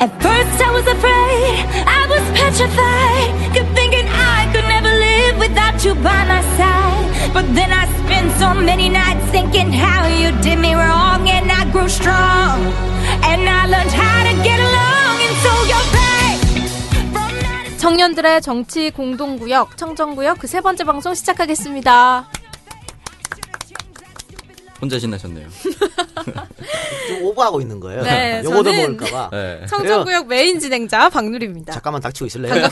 At first I was afraid, I was petrified. Kept thinking I could never live without you by my side. But then I spent so many nights thinking how you did me wrong, and I grew strong. And I learned how to get along, and so you're back. From night to 청년들의 정치 공동구역 청정구역 그 세 번째 방송 시작하겠습니다. 혼자 신나셨네요. 좀 오버하고 있는 거예요. 네, 요거도 저는- 모를까봐. 네. 청정구역 메인 진행자 박누리입니다. 잠깐만 닥치고 있을래요?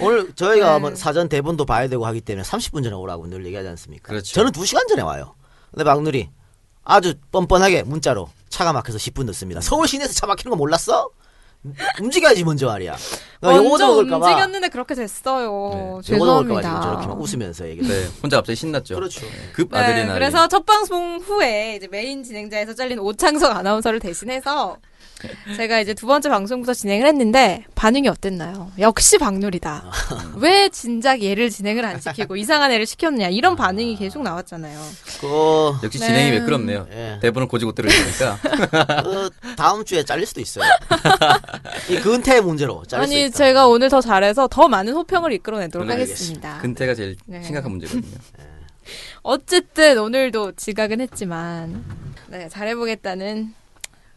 오늘 네. 저희가 뭐 사전 대본도 봐야 되고 하기 때문에 30분 전에 오라고 늘 얘기하지 않습니까? 그렇죠. 저는 2시간 전에 와요. 근데 막누리 아주 뻔뻔하게 문자로 차가 막혀서 10분 늦습니다. 서울 시내에서 차 막히는 거 몰랐어? 움직여야지 먼저 말이야. 나 먼저 요거도 먹을까봐. 움직였는데 그렇게 됐어요. 요거도 먹을까봐 지금 죄송합니다. 저렇게 막 웃으면서 얘기를. 네, 혼자 갑자기 신났죠. 그렇죠. 급 네, 아드레날린. 그래서 첫 방송 후에 이제 메인 진행자에서 잘린 오창석 아나운서를 대신해서 제가 이제 두 번째 방송부터 진행을 했는데 반응이 어땠나요? 역시 박놀이다. 아. 왜 진작 얘를 진행을 안 시키고 이상한 애를 시켰느냐 이런 반응이 계속 나왔잖아요. 그, 역시 네. 아, 진행이 매끄럽네요. 예. 대본을 고지고 들으니까 그 다음 주에 잘릴 수도 있어요. 이 근태 문제로 잘릴 아니 수 있다. 제가 오늘 더 잘해서 더 많은 호평을 이끌어내도록 네, 알겠습니다. 하겠습니다. 근태가 제일 네. 심각한 문제거든요. 어쨌든 오늘도 지각은 했지만 네, 잘해보겠다는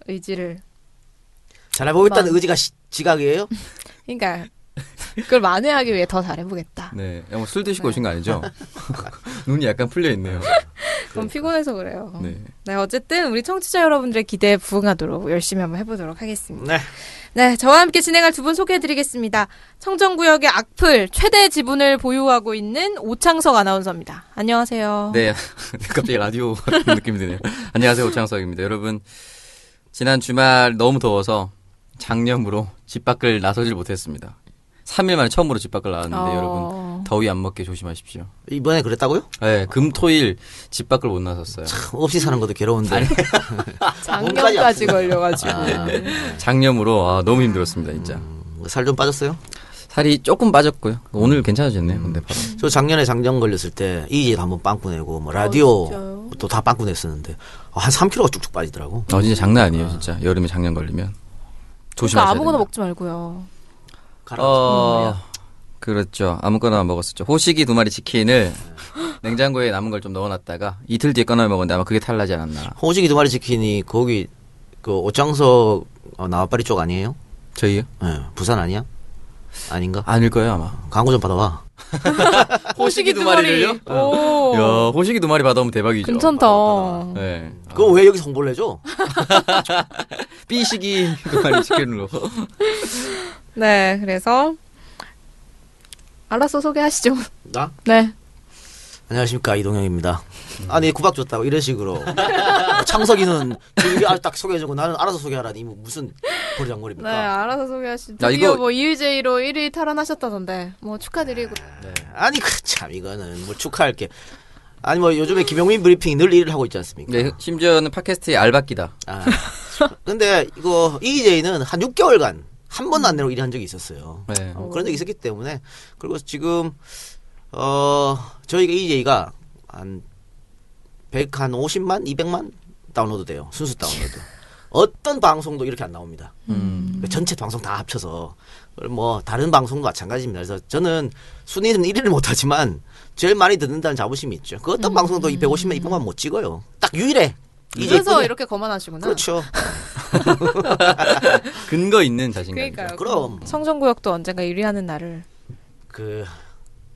의지를 잘해보겠다는 마- 의지가 시- 지각이에요? 그러니까 그걸 만회하기 위해 더 잘해보겠다. 네, 뭐 술 드시고 오신 거 아니죠? 눈이 약간 풀려 있네요. 그렇죠. 그럼 피곤해서 그래요. 그러니까. 네. 네, 어쨌든 우리 청취자 여러분들의 기대에 부응하도록 열심히 한번 해보도록 하겠습니다. 네. 네, 저와 함께 진행할 두 분 소개해드리겠습니다. 청정구역의 악플 최대 지분을 보유하고 있는 오창석 아나운서입니다. 안녕하세요. 네, 갑자기 라디오 같은 느낌이 드네요. 안녕하세요, 오창석입니다. 여러분, 지난 주말 너무 더워서 장염으로 집 밖을 나서질 못했습니다. 3일 만에 처음으로 집 밖을 나왔는데 어. 네, 여러분 더위 안 먹게 조심하십시오. 이번에 그랬다고요? 네, 금토일 집 밖을 못 나섰어요. 없이 사는 것도 괴로운데. 아니. 몸까지 작년까지 아프죠. 걸려가지고. 네. 장염으로 아, 너무 힘들었습니다, 진짜. 뭐 살 좀 빠졌어요? 살이 조금 빠졌고요. 오늘 괜찮아졌네요. 근데 바로 저 작년에 장정 걸렸을 때 이집 한번 빵꾸 내고 뭐 라디오 아, 진짜요? 또 다 빵꾸 냈었는데 아, 한 3kg가 쭉쭉 빠지더라고. 어 진짜 장난 아니에요, 진짜. 여름에 장염 걸리면 그러니까 조심하셔야 아무거나 됩니다. 먹지 말고요. 어. 그렇죠. 아무거나 먹었었죠. 호식이 두 마리 치킨을 냉장고에 남은 걸 좀 넣어놨다가 이틀 뒤에 꺼내 먹었는데 아마 그게 탈나지 않았나. 호식이 두 마리 치킨이 거기 그 옷장석 어, 나와빠리 쪽 아니에요? 저희요? 예, 부산 아니야? 아닌가? 아닐 거예요 아마. 광고 좀 받아와. 호식이 두 마리를요? 오. 야, 호식이 두 마리 받아오면 대박이죠. 괜찮다. 네. 그거 왜 여기서 홍보를 해줘? 삐식이 두 마리 치킨으로. 네, 그래서 알아서 소개하시죠. 나? 네. 안녕하십니까 이동영입니다. 아니 구박 줬다고 이런 식으로 뭐 창석이는 길게 아, 딱 소개해주고 나는 알아서 소개하라니 이거 무슨 버리장머리입니까? 네, 알아서 소개하시죠. 야, 드디어 이거- 뭐 EUJ로 1위 탈환하셨다던데. 뭐 축하드리고. 네. 아니 그 참 이거는 뭐 축하할 게 아니 뭐 요즘에 김용민 브리핑이 늘 일을 하고 있지 않습니까? 네, 심지어는 팟캐스트의 알바끼다. 아. 근데 이거 EJ는 한 6개월간 한 번도 안 내고 일한 적이 있었어요. 네. 어, 그런 적이 있었기 때문에 그리고 지금 어 저희가 EJ가 한 100, 한 50만, 200만 다운로드 돼요. 순수 다운로드. 어떤 방송도 이렇게 안 나옵니다. 음. 그 전체 방송 다 합쳐서 그걸 뭐 다른 방송도 마찬가지입니다. 그래서 저는 순위는 1위를 못하지만 제일 많이 듣는다는 자부심이 있죠. 그 음. 어떤 방송도 250만, 200만 못 찍어요. 딱 유일해. 이제 그래서 뿐이야. 이렇게 거만하시구나. 그렇죠. 근거 있는 자신감. 그러니까요. 그럼. 성정구역도 언젠가 1위 하는 날을 그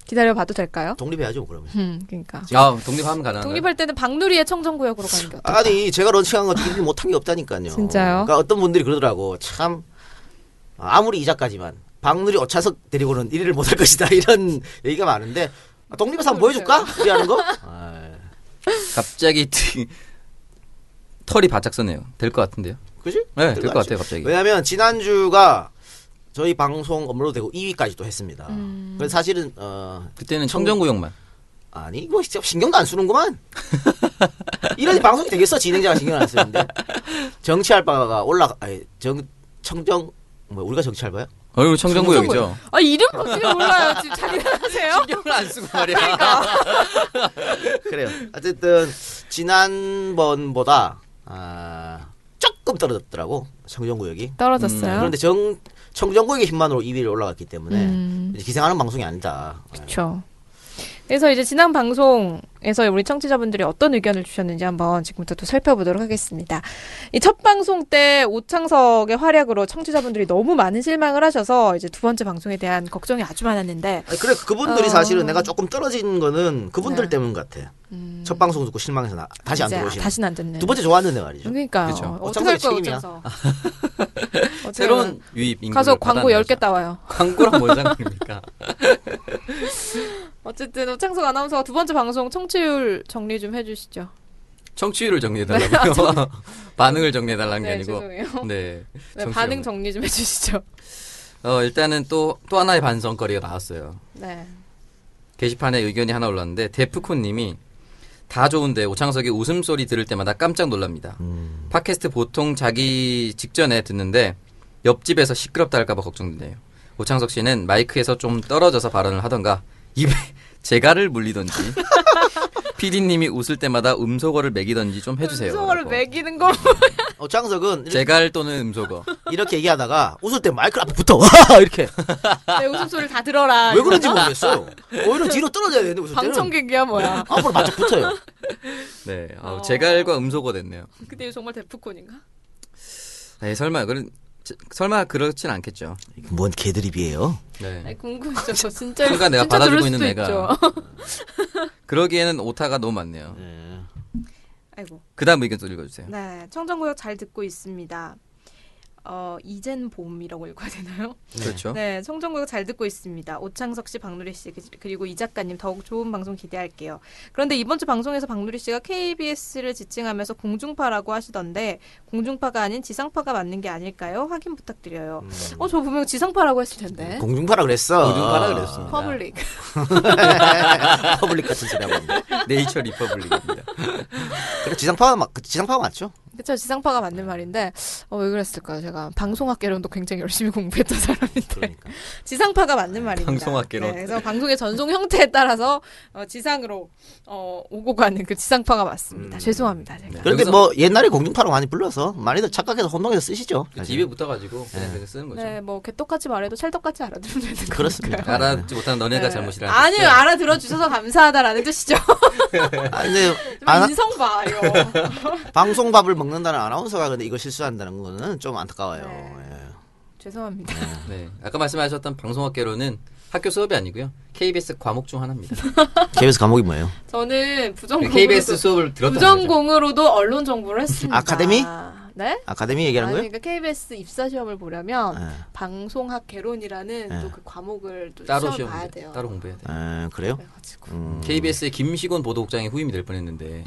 기다려봐도 될까요? 독립해야죠 그러면. 음, 그러니까. 아, 독립하면 가능한가요? 독립할 때는 박누리의 청정구역으로 가는 게 어때요? 아니 제가 런칭한 것 중에 못한 게 없다니까요. 진짜요? 그러니까 어떤 분들이 그러더라고 참 아무리 이자까지만 박누리 오차석 데리고는 1위를 못할 것이다 이런 얘기가 많은데 아, 독립해서 한번 보여줄까? 우리 하는 거? 아, 갑자기 티- 털이 바짝 서네요. 될 것 같은데요. 그지? 네, 될 것 같아요, 갑자기. 왜냐하면 지난주가 저희 방송 업로드되고 2위까지 또 했습니다. 음. 그래서 사실은 어, 그때는 청정구역만. 아니 이거 진짜 신경도 안 쓰는구만. 이런 방송이 되겠어 진행자가 신경 안 쓰는데 정치할 바가 올라가 아니, 정 청정 뭐 우리가 정치할 바야? 어유 청정구역이죠. 음. 아, 이름 어떻게 몰라요? 지금 자기가 하세요? 신경을 안 쓰고 그러니까 말이야. 그래요. 어쨌든 지난번보다 아, 조금 조금 떨어졌더라고 청정구역이. 떨어졌어요. 그런데 정 청정구역의 힘만으로 2위를 올라갔기 때문에 음. 이제 기생하는 방송이 아니다. 그렇죠. 그래서 이제 지난 방송에서 우리 청취자분들이 어떤 의견을 주셨는지 한번 지금부터 또 살펴보도록 하겠습니다. 이 첫 방송 때 오창석의 활약으로 청취자분들이 너무 많은 실망을 하셔서 이제 두 번째 방송에 대한 걱정이 아주 많았는데 아니, 그래 그분들이 어. 사실은 내가 조금 떨어진 거는 그분들 네. 때문 같아. 첫 방송 듣고 실망해서 나- 다시 안 이제 들어오시는. 다시는 안 듣는. 두 번째 좋았는데 말이죠. 그러니까 그쵸. 어떻게 할 오창석의 거야 책임이야. 오창석. 어떻게 하면. 새로운 유입 인구 가서 광고 10개 따와요. 광고랑 뭔 상관입니까? 어쨌든 오창석 아나운서가 두 번째 방송 청취율 정리 좀 해주시죠. 청취율을 정리해달라고요. 반응을 정리해달라는 게 아, 네 아니고. 죄송해요. 네, 네. 청취율 반응 정리. 정리 좀 해주시죠. 어, 일단은 또, 또 하나의 반성거리가 나왔어요. 네. 게시판에 의견이 하나 올랐는데 데프콘 님이 다 좋은데 오창석의 웃음소리 들을 때마다 깜짝 놀랍니다. 음. 팟캐스트 보통 자기 직전에 듣는데 옆집에서 시끄럽다 할까봐 걱정되네요. 오창석 씨는 마이크에서 좀 떨어져서 발언을 하던가 입에 제갈을 물리던지 PD님이 웃을 때마다 음소거를 매기던지 좀 해주세요. 음소거를 라고. 매기는 거. 어, 장석은 이렇게, 제갈 또는 음소거. 이렇게 얘기하다가 웃을 때 마이크 앞에 붙어 이렇게 내 웃음소리를 다 들어라. 왜 그런지 모르겠어. 오히려 뒤로 떨어져야 되는데 웃을 때는 아, 방청객이야 뭐야. 앞으로 맞짝 붙어요. 네, 어, 어. 제갈과 음소거 됐네요. 그때 이거 정말 데프콘인가? 네, 설마 그런 제- 설마 그렇진 않겠죠. 뭔 개드립이에요? 네. 아니, 궁금해서 저 진짜 순간 그러니까 내가 네, 진짜 받아주고 들을 있는 수도 내가. 있죠. 그러기에는 오타가 너무 많네요. 아이고. 그다음 의견 또 읽어주세요. 네, 청정구역 잘 듣고 있습니다. 어, 이젠 봄이라고 읽어야 되나요? 그렇죠. 네, 청정구역 잘 듣고 있습니다. 오창석 씨, 박누리 씨 그- 그리고 이 작가님 더욱 좋은 방송 기대할게요. 그런데 이번 주 방송에서 박누리 씨가 KBS를 지칭하면서 공중파라고 하시던데 공중파가 아닌 지상파가 맞는 게 아닐까요? 확인 부탁드려요. 어, 저 분명 지상파라고 했을 텐데. 공중파라 그랬어. 공중파라 그랬어. 퍼블릭. 퍼블릭 같은 소리 하고 있네. 네이처 리퍼블릭입니다. 그래 지상파가 맞, 그 지상파가 맞죠? 그쵸 지상파가 맞는 말인데 어, 왜 그랬을까요? 제가 방송학개론도 굉장히 열심히 공부했던 사람인데 그러니까. 지상파가 맞는 말입니다. 방송학개론. 네, 그래서 방송의 전송 형태에 따라서 어, 지상으로 어, 오고 가는 그 지상파가 맞습니다. 죄송합니다 제가. 그런데 여기서- 뭐 옛날에 공중파로 많이 불러서 많이들 착각해서 혼동해서 쓰시죠. 입에 붙어가지고 그냥 네. 그냥 쓰는 거죠. 네, 뭐 개똑같이 말해도 찰떡같이 알아들으면 되는 거니까. 그렇습니다. 알아듣지 못하는 너네가 잘못이라. 아니요 알아들어 주셔서 감사하다라는 뜻이죠. 아, 근데 좀 아나, 인성 봐 이거. 방송밥을 먹는다는 아나운서가 근데 이거 실수한다는 거는 좀 안타까워요. 네. 예. 죄송합니다. 네. 아까 말씀하셨던 방송학개론은 학교 수업이 아니고요. KBS 과목 중 하나입니다. KBS 감옥이 뭐예요? 저는 부전공으로도 KBS 수업을 들었다는 거죠. 부전공으로도 언론 정보를 했습니다. 아카데미? 네. 아카데미 얘기하는 아니, 거예요? 그러니까 KBS 입사 시험을 보려면 예. 방송학 개론이라는 네. 또 그 과목을 또 따로 시험 시험 봐야 돼요. 따로 공부해야 돼. 예, 그래요? 그래가지고 음, KBS의 김시곤 보도국장이 후임이 될 뻔했는데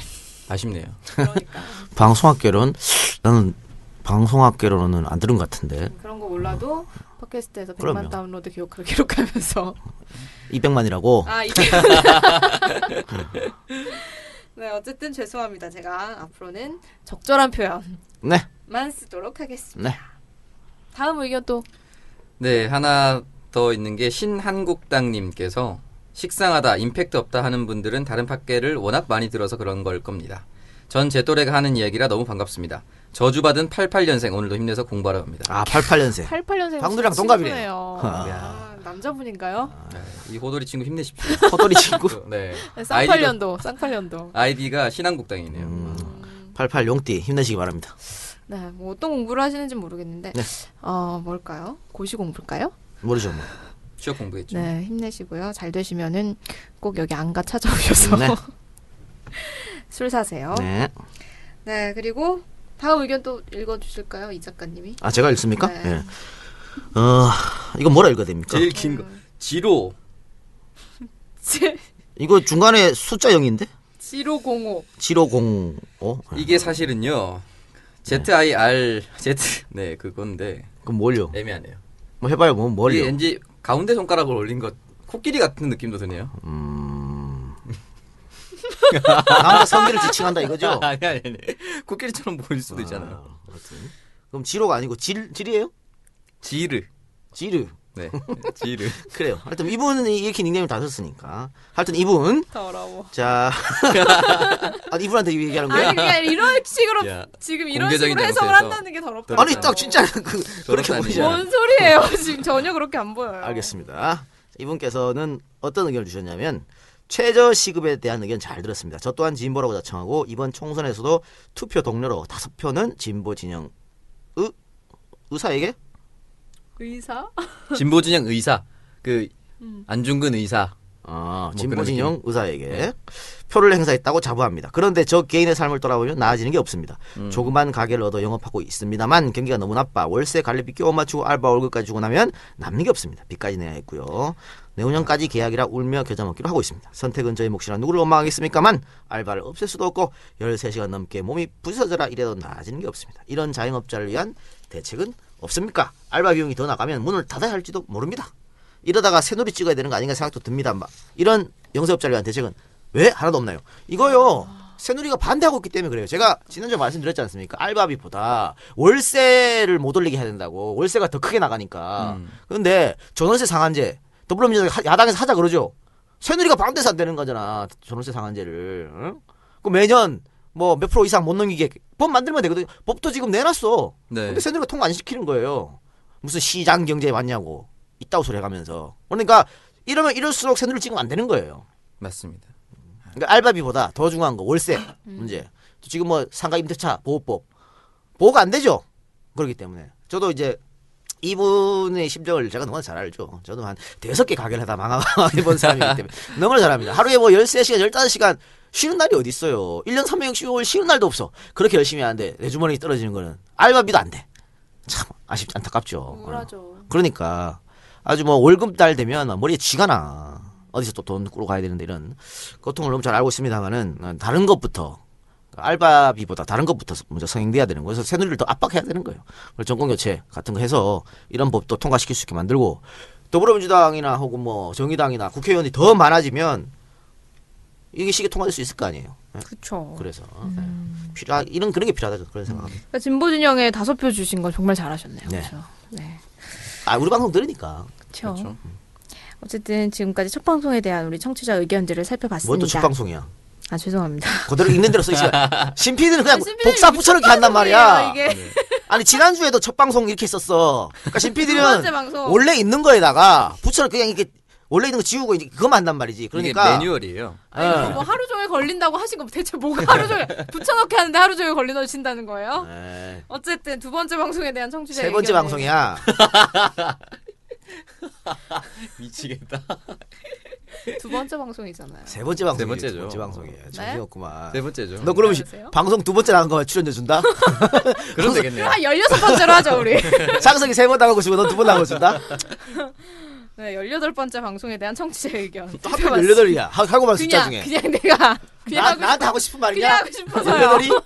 아쉽네요. 그러니까 방송학개론 나는 방송학개론은 안 들은 것 같은데 그런 거 몰라도 팟캐스트에서 100만 그럼요. 다운로드 기록을 기록하면서 200만이라고 아 이게 네 어쨌든 죄송합니다 제가 앞으로는 적절한 표현만 네, 쓰도록 하겠습니다. 네. 다음 의견 또 네, 하나 더 있는 게 신한국당님께서 식상하다, 임팩트 없다 하는 분들은 다른 팟캐를 워낙 많이 들어서 그런 걸 겁니다. 전 제 또래가 하는 이야기라 너무 반갑습니다. 저주받은 88년생 오늘도 힘내서 공부하러 갑니다. 아 88년생 88년생 방누리랑 동갑이네요. 아, 남자분인가요? 네, 이 호돌이 친구 힘내십시오. 허돌이 친구 네. 아이디가, 쌍팔년도 쌍팔년도. 아이디가 신한국당이네요. 음. 88 용띠 힘내시기 바랍니다. 네, 뭐 어떤 공부를 하시는지 모르겠는데, 네. 어 뭘까요? 고시 공부일까요? 모르죠 뭐. 취업 공부했죠. 네, 힘내시고요. 잘 되시면은 꼭 여기 안가 찾아오셔서 네. 술 사세요. 네. 네. 그리고 다음 의견 또 읽어주실까요, 이 작가님이? 아 제가 읽습니까? 네. 예. 어 이거 뭐라 읽어야 됩니까? 제일 긴 거. 지로. 이거 중간에 숫자 0인데? 네. 지로 공호. 7505? 이게 사실은요. ZIR, Z, 네, 그건데, 그럼 뭘요? 애매하네요. 뭐 해봐요 뭐 이게 뭘요? 왠지 가운데 손가락을 올린 것, 코끼리 같은 느낌도 드네요. 남자 아, 성기를 지칭한다 이거죠? 아니 아니 아니. 코끼리처럼 보일 수도 있잖아요. 그럼 지로가 아니고 질, 질이에요? 지르. 지르 네. 지를. 그래요. 하여튼 이분은 이렇게 닉네임을 다 썼으니까. 하여튼 이분. 더러워. 자. 아, 이분한테 얘기하는 거야? 아니 그냥 이런 식으로 야, 지금 이런 공개적인 식으로 해석을 잘못해서. 한다는 게 더럽다. 그러니까. 아니, 딱 진짜 그, 그렇게 저렇다니. 보이잖아. 뭔 소리예요? 지금 전혀 그렇게 안 보여요. 알겠습니다. 이분께서는 어떤 의견을 주셨냐면 최저 시급에 대한 의견 잘 들었습니다. 저 또한 진보라고 자청하고 이번 총선에서도 투표 동료로 다섯 표는 진보 진영 의 의사에게 의사? 어. 진보 진영 의사. 그 음. 안중근 의사. 뭐 아, 진보 그런 네. 진영 의사에게 표를 행사했다고 자부합니다. 그런데 저 개인의 삶을 돌아보면 나아지는 게 없습니다. 음. 조그만 가게를 얻어 영업하고 있습니다만 경기가 너무 나빠 월세 관리비 끼워 맞추고 알바 월급까지 주고 나면 남는 게 없습니다. 빚까지 내야 했고요. 내후년까지 계약이라 울며 겨자 먹기로 하고 있습니다. 선택은 저희 몫이라 누구를 원망하겠습니까만 알바를 없앨 수도 없고 13시간 넘게 몸이 부서져라 이래도 나아지는 게 없습니다. 이런 자영업자를 위한 대책은 없습니까? 알바 비용이 더 나가면 문을 닫아야 할지도 모릅니다. 이러다가 새누리 찍어야 되는 거 아닌가 생각도 듭니다. 막 이런 영세업자를 위한 대책은 왜 하나도 없나요? 이거요. 새누리가 반대하고 있기 때문에 그래요. 제가 지난주에 말씀드렸지 않습니까? 알바비보다 월세를 못 올리게 해야 된다고. 월세가 더 크게 나가니까. 그런데 전월세 상한제 더불어민주당 하- 야당에서 하자 그러죠. 새누리가 반대해서 안 되는 거잖아. 전월세 상한제를. 응? 그 매년 뭐 몇 프로 이상 못 넘기게 법 만들면 되거든요. 법도 지금 내놨어. 네. 근데 새누리가 통과 안 시키는 거예요. 무슨 시장 경제에 맞냐고 있다고 소리 해가면서 그러니까 이러면 이럴수록 새누리 찍으면 안 되는 거예요. 맞습니다. 그러니까 알바비보다 더 중요한 거 월세 문제. 또 지금 뭐 상가 임대차 보호법 보호가 안 되죠. 그렇기 때문에 저도 이제 이분의 심정을 제가 너무나 잘 알죠. 저도 한 대여섯 개 가게를 하다 망해본 사람이기 때문에 너무나 잘 압니다. 하루에 뭐 13시간, 15시간 쉬는 날이 어디 있어요. 1년 365일 쉬는 날도 없어. 그렇게 열심히 하는데 내 주머니 떨어지는 거는 알바비도 안 돼. 참 아쉽지 안타깝죠. 우울하죠. 그러니까 아주 뭐 월급 달 되면 머리에 쥐가 나 어디서 또 돈 꾸러 가야 되는데 이런 고통을 너무 잘 알고 있습니다만은 다른 것부터 그러니까 알바비보다 다른 것부터 먼저 성행돼야 되는 거예요. 그래서 새누리를 더 압박해야 되는 거예요. 그래서 정권 교체 같은 거 해서 이런 법도 통과시킬 수 있게 만들고 더불어민주당이나 혹은 뭐 정의당이나 국회의원이 더 많아지면 이게 시계 통과될 수 있을 거 아니에요. 예, 그쵸. 그래서 음. 예. 필요하 이런 그런 게 필요하다 그런 생각합니다. 그러니까 진보 진영에 다섯 표 주신 건 정말 잘하셨네요. 네. 그렇죠. 네. 아 우리 방송 들으니까 그렇죠. 어쨌든 지금까지 첫 방송에 대한 우리 청취자 의견들을 살펴봤습니다. 뭐또첫 방송이야. 아 죄송합니다. 그대로 있는 대로 쓰지. 심피디는 그냥 심피디는 복사 붙여넣기 한단 말이야. 이게 아니 지난주에도 첫 방송 이렇게 썼어. 그러니까 두 번째 심피디는 방송. 원래 있는 거에다가 붙여넣기 그냥 이렇게 원래 있는 거 지우고 이제 그거만 한단 말이지. 이게 그러니까 매뉴얼이에요. 아니, 뭐 하루 종일 걸린다고 하신 거 대체 뭐가 하루 종일 붙여넣기 하는데 하루 종일 걸리신다는 거예요? 에이, 어쨌든 두 번째 방송에 대한 청취자 네. 세 번째 의견을 방송이야. 네. 미치겠다. 두 번째 방송이잖아요. 세 번째 방송. 번째죠. 두 번째 방송이야. 네? 정신없구만. 세네 번째죠. 너 그러면 안녕하세요. 방송 두 번째 나간 거만 출연료 준다? 그럼 아, 되겠네요. 그럼 한 아, 16번째로 하죠, 우리. 상석이 세 번 나가고 주고 넌 두 번 나가고 준다? 네, 18번째 방송에 대한 청취자 의견. 하필 18이야. 하, 하고 말 숫자 그냥, 중에. 그냥 내가. 그냥 나, 하고 나한테 하고 싶은 그냥 말이냐? 하고 싶어서요. 18이?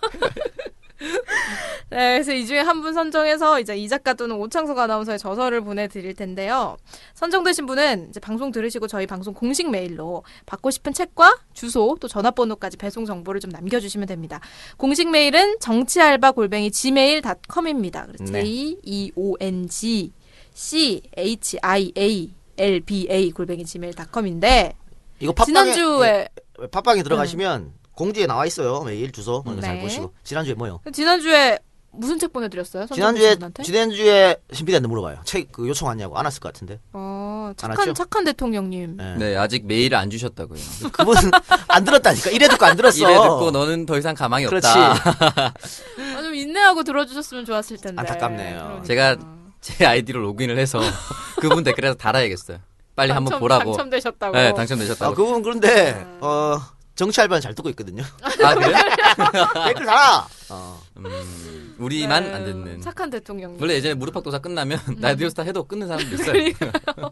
네, 그래서 이 중에 한 분 선정해서 이제 이 작가 또는 오창석 아나운서의 저서를 보내드릴 텐데요. 선정되신 분은 이제 방송 들으시고 저희 방송 공식 메일로 받고 싶은 책과 주소 또 전화번호까지 배송 정보를 좀 남겨주시면 됩니다. 공식 메일은 정치알바 골뱅이 gmail.com입니다. 네. J E O N G C H I A L B A 골뱅이 gmail.com인데 이거 팟빵에- 지난주에 팟빵에 들어가시면 공지에 나와 있어요. 메일 주소 먼저 잘 음. 네. 보시고. 지난주에 뭐요? 지난주에 무슨 책 보내드렸어요? 선정되신 네. 지난주에 분한테? 지난주에 신비대한테 물어봐요. 책 그 요청 왔냐고 안 왔을 것 같은데. 어, 왔죠? 착한 착한 대통령님. 예. 네, 아직 메일을 안 주셨다고요. 그분은 안 들었다니까. 이래 듣고 안 들었어. 이래 듣고 너는 더 이상 가망이 그렇지. 없다. 아, 좀 인내하고 들어주셨으면 좋았을 텐데. 그러니까. 안타깝네요. 제가 제 아이디로 로그인을 해서 그분 댓글에서 달아야겠어요. 빨리 한번 당첨- 보라고. 당첨되셨다고. 네, 당첨되셨다고. 아, 그분 그런데 음. 어 정치 알바는 잘 듣고 있거든요. 아, 그래요? 댓글 달아. 어. 음, 우리만 네, 안 듣는. 착한 음. 대통령님. 원래 예전에 무릎팍도사 끝나면 라디오스타 해도 끊는 사람도 그러니까. 있어요.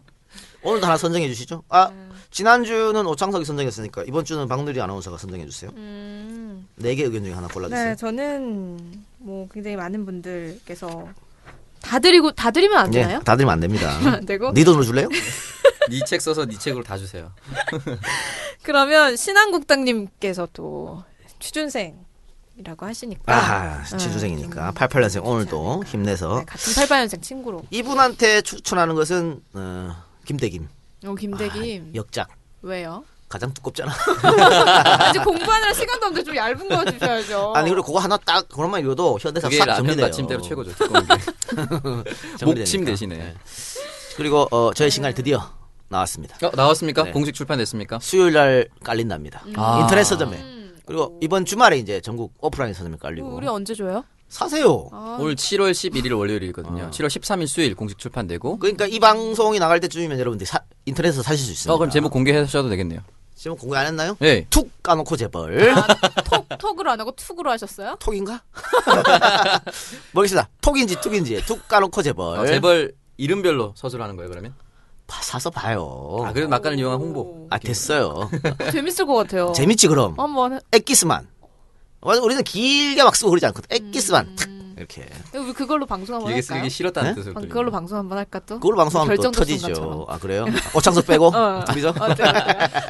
오늘도 하나 선정해 주시죠. 아 음. 지난주는 오창석이 선정했으니까 이번 주는 박누리 아나운서가 선정해 주세요. 음, 네 개 의견 중에 하나 골라 주세요. 네, 저는 뭐 굉장히 많은 분들께서 다 드리고 다 드리면 안 되나요? 네, 다 들면 안 됩니다. 안 되고 네 돈으로 줄래요? 니네 책 써서 니 책으로 다 주세요. 그러면 신한국당님께서 또 취준생 이라고 하시니까. 아하, 친수생이니까. 88년생 오늘도 힘내서. 네, 같은 88년생 친구로. 이분한테 추천하는 것은 어, 김대김. 아, 어, 김대김. 역작. 왜요? 가장 두껍잖아. 아직 공부하느라 시간도 없는데 좀 얇은 거 주셔야죠. 아니 그리고 그거 하나 딱 그것만 읽어도 현대사 그게 싹 라면 정리돼요. 받침대로 최고죠. 네. 두꺼운 게. 목침 정리되니까. 대신에. 그리고 어, 저의 신간이 드디어 나왔습니다. 어, 나왔습니까? 네. 공식 출판됐습니까? 수요일 날 깔린답니다. 아. 인터넷 서점에. 음. 그리고 이번 주말에 이제 전국 오프라인 서점에 깔리고. 우리 언제 줘요? 사세요. 아, 올 7월 11일 월요일이거든요. 7월 13일 수요일 공식 출판되고. 그러니까 이 방송이 나갈 때쯤이면 여러분들이 사- 인터넷에서 사실 수 있습니다. 어, 그럼 제목 공개하셔도 되겠네요. 제목 공개 안 했나요? 예. 툭 까놓고 재벌. 톡, 톡으로 안 하고 툭으로 하셨어요? 톡인가? 모르겠습니다. 톡인지 툭인지 툭 까놓고 재벌. 아, 재벌 이름별로 서술을 하는 거예요, 그러면? 봐- 사서 봐요. 아, 그래도 막간을 이용한 홍보. 아, 됐어요. 어, 재밌을 것 같아요. 재밌지 그럼. 한번 해- 액기스만. 완전 우리는 길게 막 쓰고 그러지 않고 액기스만 탁 음. 이렇게. 우리 그걸로 방송 한번 길게 할까요? 쓰기 싫었다는 네? 뜻으로. 방- 들리네요. 그걸로 방송 한번 할까 또? 그걸 방송하면 또 결정적 터지죠. 순간처럼. 아 그래요? 오창석 빼고 어. 둘이서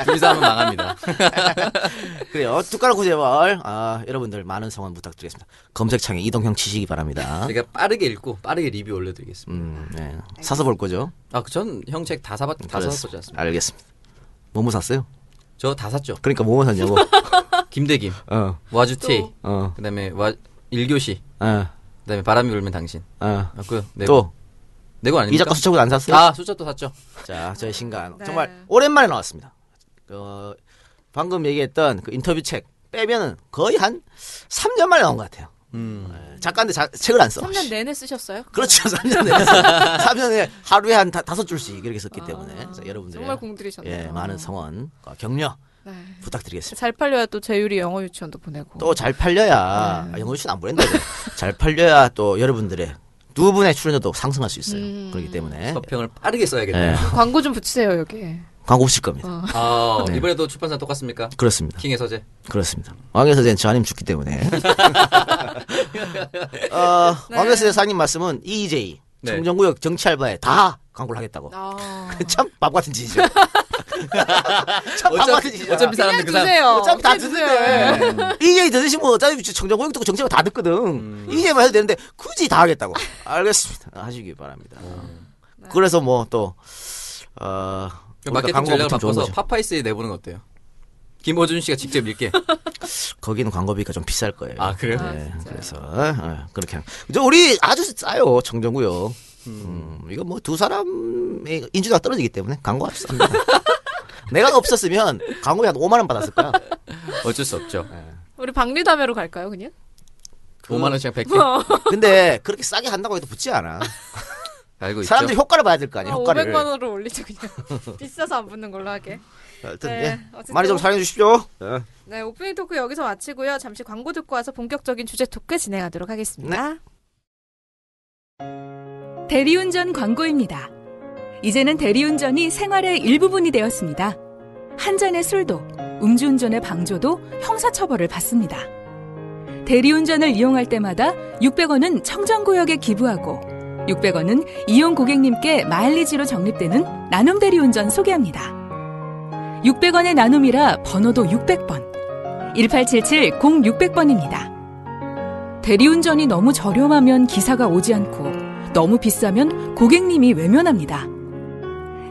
둘이서 하면 망합니다. 그래요. 툭 까놓고 재벌. 아 여러분들 많은 성원 부탁드리겠습니다. 검색창에 이동형 치시기 바랍니다. 제가 빠르게 읽고 빠르게 리뷰 올려드리겠습니다. 음, 네. 사서 볼 거죠. 아, 전형 책 다 사봤, 다 샀었지 않습니까? 알겠습니다. 뭐뭐 샀어요? 저 다 샀죠. 그러니까 뭐뭐 샀냐고. 김대김, 어, 와주티, 또. 어, 그 다음에 와, 일교시, 어, 그 다음에 바람이 불면 당신. 어. 아, 그, 네. 또 네권 아닙니까? 이자과 수첩은 안 샀어요? 아, 수첩도 샀죠. 자, 저의 신간 네. 정말 오랜만에 나왔습니다. 어, 방금 얘기했던 그 인터뷰 책 빼면은 거의 한 3년 만에 나온 것 같아요. 예, 작가인데 자- 책을 안 써. 3년 내내 쓰셨어요? 그렇죠, 3년 내. 3년에 하루에 한 다, 섯 줄씩 이렇게 썼기 때문에 그래서 여러분들 아, 정말 공들이셨네요. 예, 많은 성원과 격려 네. 부탁드리겠습니다. 잘 팔려야 또 재율이 영어 유치원도 보내고. 또 잘 팔려야 아, 네. 영어 유치원 안 보낸다. 그래. 잘 팔려야 또 여러분들의 두 분의 출연료도 상승할 수 있어요. 음. 그렇기 때문에 서평을 빠르게 네. 써야겠네요. 예, 광고 좀 붙이세요 여기. 광고 없을 겁니다. 아, 이번에도 출판사 똑같습니까? 그렇습니다. 킹의 서재. 그렇습니다. 왕에서 된 저하님 죽기 때문에. 어, 왕에서 사님 말씀은 EJ 네. 청정구역 정치알바에 다 광고를 하겠다고. 아. 참 바보 같은 짓이죠. 참 바보 같은 짓이죠. 어차피 사람들 그 사람. 주세요. 어차피 다 어떻게 주세요. 듣는데 EJ 들으시면 어차피 청정구역 듣고 정치알바 다 듣거든. 음. EJ만 해도 되는데 굳이 다 하겠다고. 알겠습니다. 하시기 바랍니다. 그래서 뭐 또 어, 그럼 우리가 마케팅 광고가 전략을 붙으면 좋은 바꿔서 거죠. 파파이스에 내보는 거 어때요? 김호준 씨가 직접 읽게. 거기는 광고비가 좀 비쌀 거예요. 아, 그래요? 네, 그래서 어, 그렇게 하는. 저 우리 아주 싸요 청정구요. 음, 이거 뭐 두 사람의 인지도가 떨어지기 때문에 광고 없습니다. 내가 없었으면 광고비 한 5만 원 받았을 거야. 어쩔 수 없죠. 우리 박리담회로 갈까요 그냥? 5만 그 원씩 네, 100개. 근데 그렇게 싸게 한다고 해도 붙지 않아. 알고 있죠. 사람들이 효과를 봐야 될 거 아니야. 아, 효과를. 500만 원으로 올리죠 그냥. 비싸서 안 붙는 걸로 하게. 하여튼 네, 예. 어쨌든 많이 좀 사랑해 주십시오. 예. 네 오프닝 토크 여기서 마치고요. 잠시 광고 듣고 와서 본격적인 주제 토크 진행하도록 하겠습니다. 네. 대리운전 광고입니다. 이제는 대리운전이 생활의 일부분이 되었습니다. 한 잔의 술도 음주운전의 방조도 형사처벌을 받습니다. 대리운전을 이용할 때마다 600원은 청정구역에 기부하고 600원은 이용 고객님께 마일리지로 적립되는 나눔 대리운전 소개합니다. 600원의 나눔이라 번호도 600번, 1877-0600번입니다. 대리운전이 너무 저렴하면 기사가 오지 않고 너무 비싸면 고객님이 외면합니다.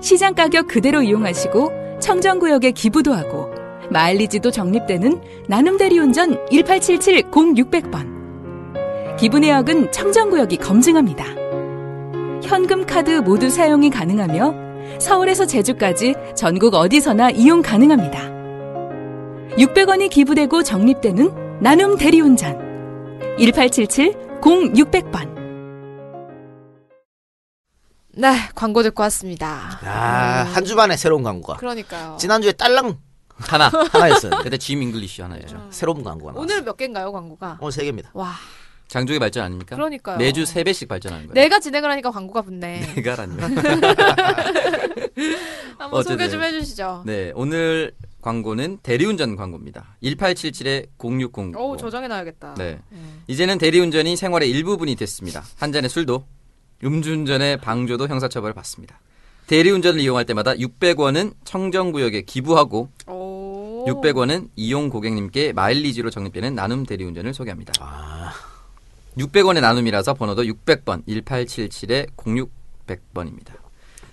시장 가격 그대로 이용하시고 청정구역에 기부도 하고 마일리지도 적립되는 나눔 대리운전 1877-0600번. 기부 내역은 청정구역이 검증합니다. 현금 카드 모두 사용이 가능하며 서울에서 제주까지 전국 어디서나 이용 가능합니다. 600원이 기부되고 적립되는 나눔 대리운전 1877-0600번. 네 광고 듣고 왔습니다. 아, 한 주만에 새로운 광고가. 그러니까요. 지난주에 딸랑 하나. 네. 하나였어요. 그때 짐 잉글리쉬 하나였죠. 새로운 광고가 음. 나왔어요. 어. 오늘 몇 개인가요 광고가? 오늘 세 개입니다. 와 장족의 발전 아닙니까? 그러니까요. 매주 세배씩 발전하는 거예요. 내가 진행을 하니까 광고가 붙네. 내가 라니 한번 소개 어쨌든. 좀 해주시죠. 네, 오늘 광고는 대리운전 광고입니다. 1877-0600. 어우 저장해놔야겠다. 뭐. 네. 이제는 대리운전이 생활의 일부분이 됐습니다. 한 잔의 술도 음주운전의 방조도 형사처벌을 받습니다. 대리운전을 이용할 때마다 600원은 청정구역에 기부하고 오. 600원은 이용 고객님께 마일리지로 적립되는 나눔 대리운전을 소개합니다. 아, 600원의 나눔이라서 번호도 600번 1877에 0600번입니다.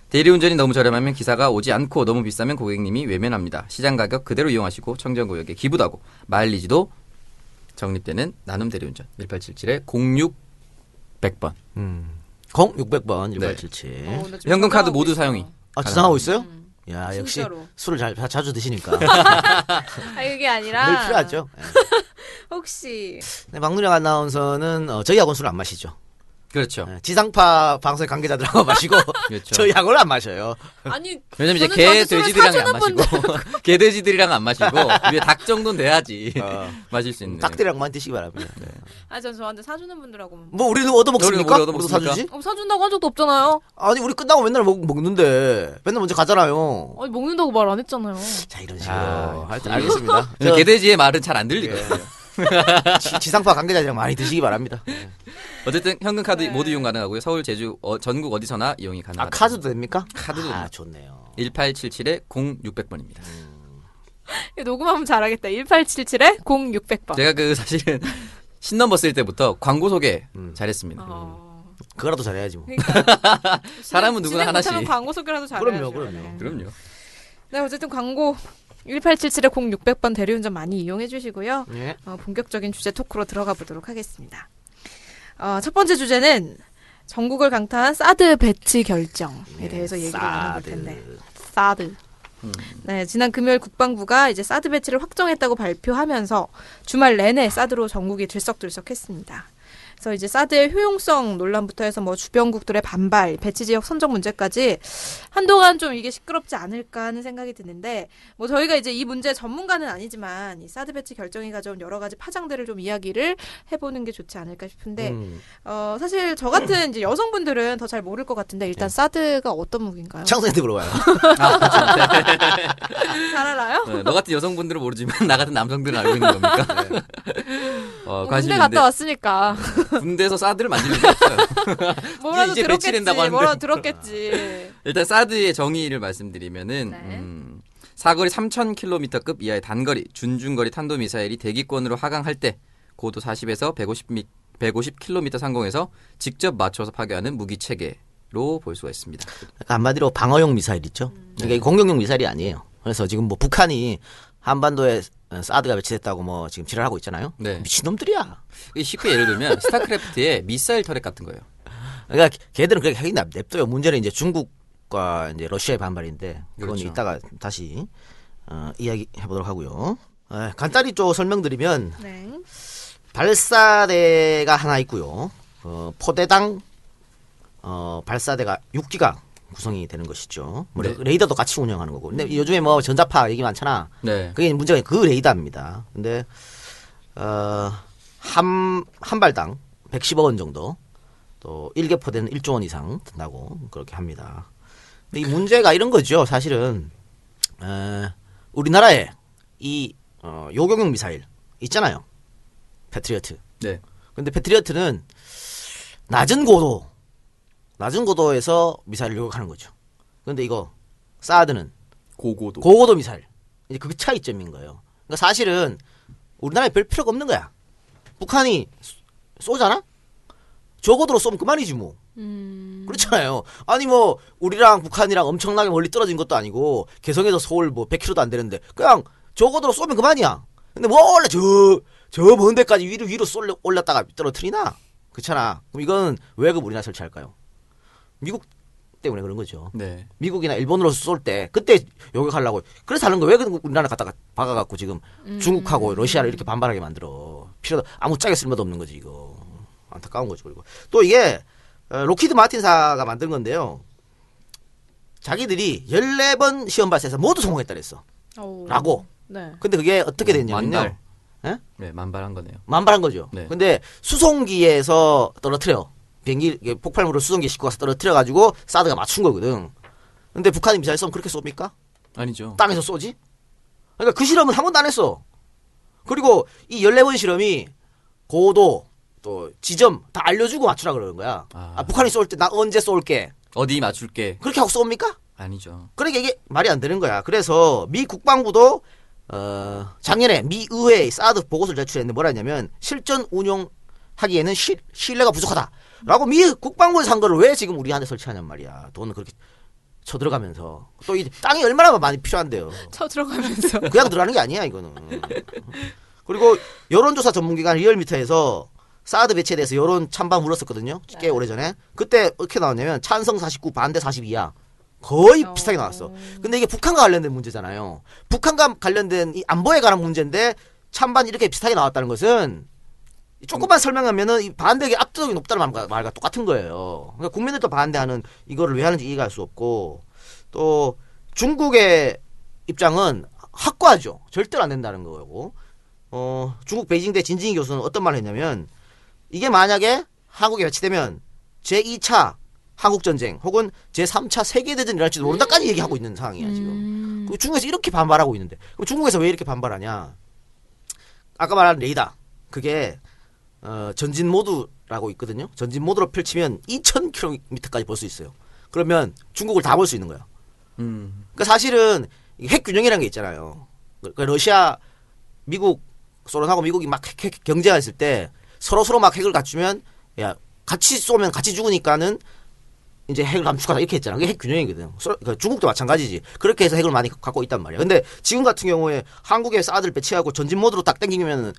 대리운전이 너무 저렴하면 기사가 오지 않고 너무 비싸면 고객님이 외면합니다. 시장 가격 그대로 이용하시고 청정구역에 기부도 하고 마일리지도 적립되는 나눔 대리운전 1877에 0600번. 음. 0 600번 1877. 어, 나 지금 현금 카드 긴장하고 모두 있어. 사용이. 아, 지상하고 있어요? 야, 역시 음. 진짜로. 술을 잘, 자- 자주 드시니까. 아 그게 아니라 늘 필요하죠. 예. 혹시 네, 박누령 아나운서는 어, 저희 학원 술을 안 마시죠. 그렇죠. 예, 지상파 방송 관계자들하고 마시고 그렇죠. 저희 학원을 안 마셔요. 아니 어. 왜냐면 이제 저는 개 저한테 술을 돼지들이랑 안 사주는 마시고 개 돼지들이랑 안 마시고 위에 닭 정도는 돼야지 마실 수 있는. 어. 닭들이랑만 드시기 바랍니다. 아전 저한테 사주는 분들하고만 뭐 우리는 얻어 네. 먹습니까? 우리는 뭐 얻어먹습니까? 사주지? 어, 사준다고 한 적도 없잖아요. 아니 우리 끝나고 맨날 먹, 먹는데 맨날 먼저 가잖아요. 아니 먹는다고 말 안 했잖아요. 자 이런 아, 네. 식으로 하여튼 이게- 알겠습니다. 예, 근데 개 돼지의 말은 잘 안 들리거든요. 지- 지상파 관계자들이랑 많이 드시기 바랍니다. 어쨌든 네. 현금 카드 모두 이용 가능하고요. 서울, 제주, 어, 전국 어디서나 이용이 가능합니다. 아 카드도 됩니까? 네. 카드도 아 됩니다. 좋네요. 1877에 0600번입니다. 이거 녹음하면 잘하겠다. 1877에 0600번. 제가 그 사실은 신넘버 쓸 때부터 광고 소개 음. 잘했습니다. 어, 그거라도 잘해야지 뭐. 그러니까 사람은 누구나 진행 못하면 하나씩. 광고 소개라도 잘해요. 그럼요, 그럼요. 그럼요. 네 어쨌든 광고 1877에 0600번 대리운전 많이 이용해 주시고요. 예. 어, 본격적인 주제 토크로 들어가 보도록 하겠습니다. 어, 첫 번째 주제는 전국을 강타한 사드 배치 결정에 대해서 얘기를 나눠볼 예, 사드. 텐데. 사드. 네, 지난 금요일 국방부가 이제 사드 배치를 확정했다고 발표하면서 주말 내내 사드로 전국이 들썩들썩했습니다. 그래서 이제 사드의 효용성 논란부터 해서 뭐 주변국들의 반발, 배치 지역 선정 문제까지 한동안 좀 이게 시끄럽지 않을까 하는 생각이 드는데 뭐 저희가 이제 이 문제 전문가는 아니지만 이 사드 배치 결정이 가져온 여러 가지 파장들을 좀 이야기를 해보는 게 좋지 않을까 싶은데 음. 어 사실 저 같은 이제 여성분들은 더 잘 모를 것 같은데 일단 사드가 어떤 무기인가요? 창선한테 물어봐요. 그러니까 잘 알아요? 네, 너 같은 여성분들은 모르지만 나 같은 남성들은 알고 있는 겁니까? 어, 네. 뭐 관심 군대 있는데 갔다 왔으니까 군대에서 사드를 만들 일이 없어요. 뭐라도 이제 들었겠지. 배치된다고 하는데. 뭐라도 들었겠지. 일단 사드의 정의를 말씀드리면은 네. 음, 사거리 3,000km급 이하의 단거리, 준중거리 탄도미사일이 대기권으로 하강할 때 고도 40에서 150m, 150km 상공에서 직접 맞춰서 파괴하는 무기 체계로 볼 수가 있습니다. 그러니까 한마디로 방어용 미사일 있죠. 그러니까 이 공격용 미사일이 아니에요. 그래서 지금 뭐 북한이 한반도에 사드가 배치됐다고 뭐 지금 지랄하고 있잖아요. 네. 미친놈들이야. 이게 쉽게 예를 들면 스타크래프트의 미사일 터렛 같은 거예요. 그러니까 걔들은 그렇게 하긴 냅둬요. 문제는 이제 중국과 이제 러시아의 반발인데 그건 그렇죠. 이따가 다시 어, 이야기해 보도록 하고요. 에, 간단히 좀 설명드리면 네. 발사대가 하나 있고요. 어, 포대당 어, 발사대가 6기가 구성이 되는 것이죠. 뭐 레- 네. 음. 레이더도 같이 운영하는 거고. 근데 요즘에 뭐 전자파 얘기 많잖아. 네. 그게 문제가 그 레이더입니다. 근데 어, 어한한 발당 110억 원 정도 또 1개 포대는 1조 원 이상 든다고 그렇게 합니다. 근데 이 문제가 이런 거죠. 사실은 어, 우리나라에 이 어, 요격용 미사일 있잖아요. 패트리어트. 네. 근데 패트리어트는 낮은 고도, 낮은 고도에서 미사일을 요격하는 거죠. 근데 이거 사드는 고고도. 고고도 미사일. 이제 그게 차이점인 거예요. 그러니까 사실은 우리나라에 별 필요가 없는 거야. 북한이 쏘- 쏘잖아? 저고도로 쏘면 그만이지 뭐. 그렇잖아요. 아니 뭐 우리랑 북한이랑 엄청나게 멀리 떨어진 것도 아니고 개성에서 서울 뭐 100km도 안 되는데 그냥 저고도로 쏘면 그만이야. 근데 뭐 원래 저저 먼데까지 위로 위로 쏠려 올렸다가 떨어뜨리나? 그렇잖아. 그럼 이건 왜 그 우리나라 설치할까요? 미국 때문에 그런 거죠. 네. 미국이나 일본으로 쏠 때 그때 요격하려고 그래서 하는 거왜 우리나라 갖다가 박아갖고 지금 중국하고 러시아를 이렇게 반발하게 만들어 필요 아무 짝에 쓸모도 없는 거지 이거 안타까운 거죠 그리고 또 이게 어, 로키드 마틴사가 만든 건데요 자기들이 14번 시험 발사해서 모두 성공했다랬어 오. 라고 네. 근데 그게 어떻게 됐냐면요 음, 만발. 예? 네, 만발한 거네요. 만발한 거죠 네. 근데 수송기에서 떨어뜨려 비행기 이게 폭발물을 수송기에 싣고 가서 떨어뜨려가지고 사드가 맞춘 거거든 근데 북한이 미사일 쏘면 그렇게 쏩니까? 아니죠. 땅에서 쏘지? 그러니까 그 실험은 한 번도 안 했어. 그리고 이 14번 실험이 고도, 또 지점 다 알려주고 맞추라 그러는 거야. 아. 아, 북한이 쏠 때 나 언제 쏠게. 어디 맞출게. 그렇게 하고 쏩니까? 아니죠. 그러니까 이게 말이 안 되는 거야. 그래서 미 국방부도 어, 작년에 미 의회 사드 보고서를 제출했는데 뭐라 했냐면 실전 운용하기에는 신- 신뢰가 부족하다라고 미 국방부에 산 거를 왜 지금 우리한테 설치하냔 말이야. 돈을 그렇게 쳐들어가면서 또 이 땅이 얼마나 많이 필요한데요. 쳐 들어가면서 그냥 들어가는 게 아니야 이거는. 그리고 여론조사 전문기관 리얼미터에서 사드 배치에 대해서 여론 찬반 물었었거든요. 네. 꽤 오래전에. 그때 어떻게 나왔냐면 찬성 49 반대 42야. 거의 비슷하게 나왔어. 근데 이게 북한과 관련된 문제잖아요. 북한과 관련된 이 안보에 관한 문제인데 찬반 이렇게 비슷하게 나왔다는 것은 조금만 설명하면은 이 반대가 압도적이 높다는 말과, 말과 똑같은 거예요. 그러니까 국민들도 반대하는 이거를 왜 하는지 이해할 수 없고 또 중국의 입장은 확고하죠. 절대로 안 된다는 거고. 어, 중국 베이징대 진진희 교수는 어떤 말을 했냐면 이게 만약에 한국에 배치되면 제2차 한국 전쟁 혹은 제3차 세계 대전이랄지도 모른다까지 얘기하고 있는 상황이야 지금. 그리고 중국에서 이렇게 반발하고 있는데 그럼 중국에서 왜 이렇게 반발하냐? 아까 말한 레이다 그게 어, 전진 모드라고 있거든요. 전진 모드로 펼치면 2,000km까지 볼 수 있어요. 그러면 중국을 다 볼 수 있는 거야. 음. 그러니까 사실은 이핵 균형이라는 게 있잖아요. 그러니까 러시아, 미국, 소련하고 미국이 막 핵, 핵 경쟁했을 때 서로 서로 막 핵을 갖추면 야 같이 쏘면 같이 죽으니까는 이제 핵을 감축하다 이렇게 했잖아. 그게 핵 균형이거든. 서로- 그러니까 중국도 마찬가지지. 그렇게 해서 핵을 많이 갖고 있단 말이야. 근데 지금 같은 경우에 한국에 사드를 배치하고 전진 모드로 딱 땡기면은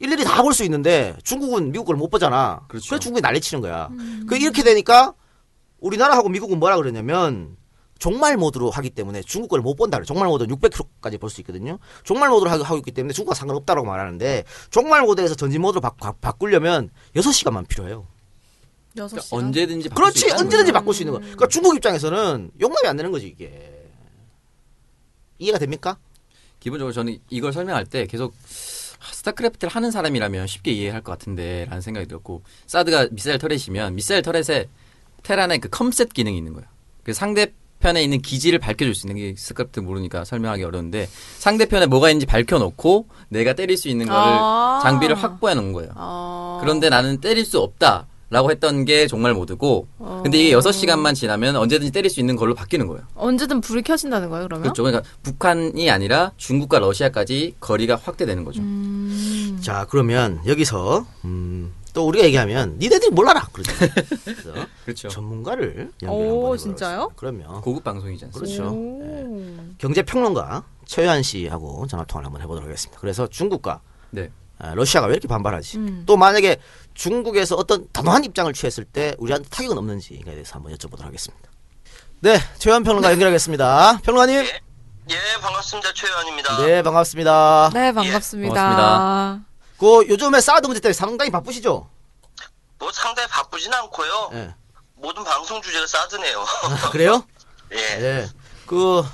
일일이 다 볼 수 있는데 중국은 미국 걸 못 보잖아. 그렇죠. 래서 중국이 난리 치는 거야. 그 이렇게 되니까 우리나라하고 미국은 뭐라 그러냐면 종말 모드로 하기 때문에 중국 걸 못 본다 그래. 종말 모드는 600km까지 볼 수 있거든요. 종말 모드로 하- 하고 있기 때문에 중국과 상관없다고 말하는데 종말 모드에서 전진 모드로 바, 꾸려면 6시간만 필요해요. 그러니까 아, 언제든지 바꿀 수 그렇지. 있다는 언제든지 거예요. 바꿀 수 음. 있는 거. 그러니까 중국 입장에서는 용납이 안 되는 거지, 이게. 이해가 됩니까? 기본적으로 저는 이걸 설명할 때 계속 아, 스타크래프트를 하는 사람이라면 쉽게 이해할 것 같은데라는 생각이 들었고 사드가 미사일 터렛이면 미사일 터렛에 테란의 그 컴셋 기능이 있는 거예요. 그 상대편에 있는 기지를 밝혀줄 수 있는 게 스타크래프트 모르니까 설명하기 어려운데 상대편에 뭐가 있는지 밝혀놓고 내가 때릴 수 있는 거를 아. 장비를 확보해 놓은 거예요. 어... 그런데 나는 때릴 수 없다. 라고 했던 게 정말 모드고 근데 이게 6시간만 지나면 언제든지 때릴 수 있는 걸로 바뀌는 거예요. 언제든 불이 켜진다는 거예요, 그러면? 그렇죠. 그러니까 북한이 아니라 중국과 러시아까지 거리가 확대되는 거죠. 음. 자, 그러면 여기서 음, 또 우리가 얘기하면 니네들이 몰라라. 그러죠. 그래서 그렇죠. 전문가를 연결 오, 한번 해보도록 진짜요? 하겠습니다. 그럼요. 고급 방송이지 않습니까? 그렇죠. 오. 경제평론가 최현 씨하고 전화 통화를 한번 해보도록 하겠습니다. 그래서 중국과 네. 아, 러시아가 왜 이렇게 반발하지? 또 만약에 중국에서 어떤 단호한 입장을 취했을 때 우리한테 타격은 없는지에 대해서 한번 여쭤보도록 하겠습니다. 네, 최현 평론가 연결하겠습니다. 평론가님, 예, 반갑습니다. 최현입니다. 네 반갑습니다. 네, 반갑습니다. 고맙습니다. 그 요즘에 사드 문제 때문에 상당히 바쁘시죠? 뭐 상당히 바쁘진 않고요. 예, 모든 방송 주제가 싸드네요. 아, 그래요? 예. 네. 그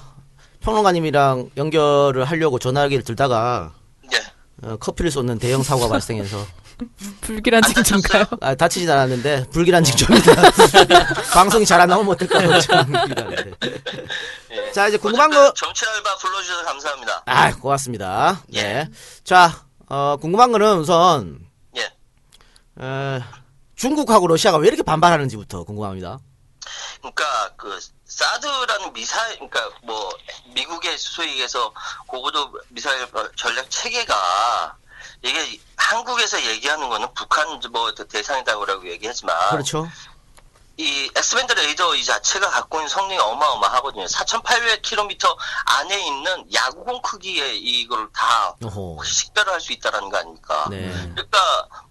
평론가님이랑 연결을 하려고 전화기를 들다가 예. 어, 커피를 쏟는 대형 사고가 발생해서 불길한 안 징조인가요? 다쳤어요? 아, 다치진 않았는데 불길한 징조입니다. 방송이 잘 안 나오면 어떨까 걱정입니다. 예. 자 이제 궁금한 어쨌든 거. 정치 알바 불러주셔서 감사합니다. 아 고맙습니다. 네. 예. 자 어, 궁금한 거는 우선 예. 에, 중국하고 러시아가 왜 이렇게 반발하는지부터 궁금합니다. 그러니까 그 사드라는 미사일, 그러니까 뭐 미국의 소위 얘기해서 고고도 미사일 전략 체계가 이게 한국에서 얘기하는 거는 북한 뭐 대상이다라고 얘기하지만 그렇죠. 이 엑스밴드 레이더 이 자체가 갖고 있는 성능이 어마어마하거든요. 4,800km 안에 있는 야구공 크기의 이걸 다 어허. 식별할 수 있다라는 거 아닙니까? 네. 그러니까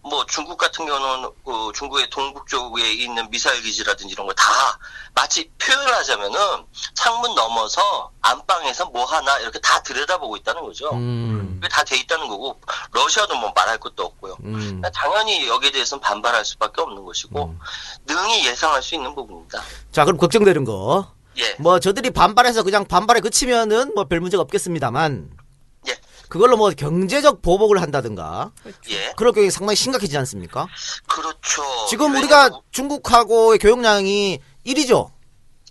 뭐 중국 같은 경우는 그 중국의 동북 쪽에 있는 미사일 기지라든지 이런 거 다 마치 표현하자면은 창문 넘어서 안방에서 뭐 하나 이렇게 다 들여다보고 있다는 거죠. 음. 다 돼 있다는 거고 러시아도 뭐 말할 것도 없고요. 음. 당연히 여기에 대해서는 반발할 수밖에 없는 것이고 능히 예상할 수 있는 부분입니다. 자 그럼 걱정되는 거. 예, 뭐 저들이 반발해서 그냥 반발에 그치면은 뭐 별 문제가 없겠습니다만 예, 그걸로 뭐 경제적 보복을 한다든가 예. 그럴 경우에 상당히 심각해지지 않습니까? 그렇죠. 지금 왜냐면 우리가 중국하고의 교역량이 1위죠.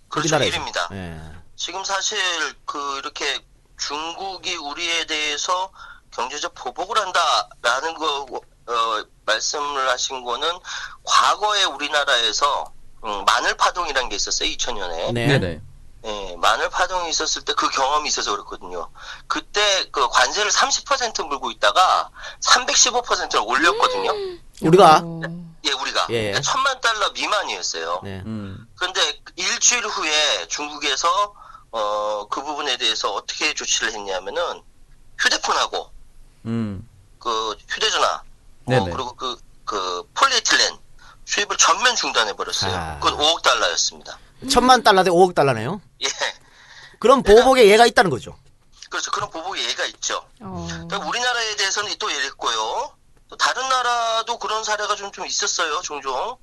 그렇죠 우리나라에서. 일입니다. 예. 지금 사실 그 이렇게 중국이 우리에 대해서 경제적 보복을 한다라는 거 어, 말씀을 하신 거는 과거에 우리나라에서 음, 마늘 파동이라는 게 있었어요 2000년에. 네. 네네. 예, 마늘 파동이 있었을 때 그 경험이 있어서 그랬거든요. 그때 그 관세를 30% 물고 있다가 315%를 올렸거든요. 우리가 어. 예, 우리가. 예. 그러니까 천만 달러 미만이었어요. 네. 음. 그런데 일주일 후에 중국에서 어 그 부분에 대해서 어떻게 조치를 했냐면은 휴대폰하고 음. 그 그 휴대전화 어, 네네. 그리고 그, 그 폴리에틸렌 수입을 전면 중단해 버렸어요. 아. 그건 5억 달러였습니다. 천만 달러 대 5억 달러네요. 예, 그럼 보복에 얘가 있다는 거죠. 그렇죠. 그런 보복 예가 있죠. 어. 그러니까 우리나라에 대해서는 또 예를 있고요. 또 다른 나라도 그런 사례가 좀, 좀 있었어요, 종종.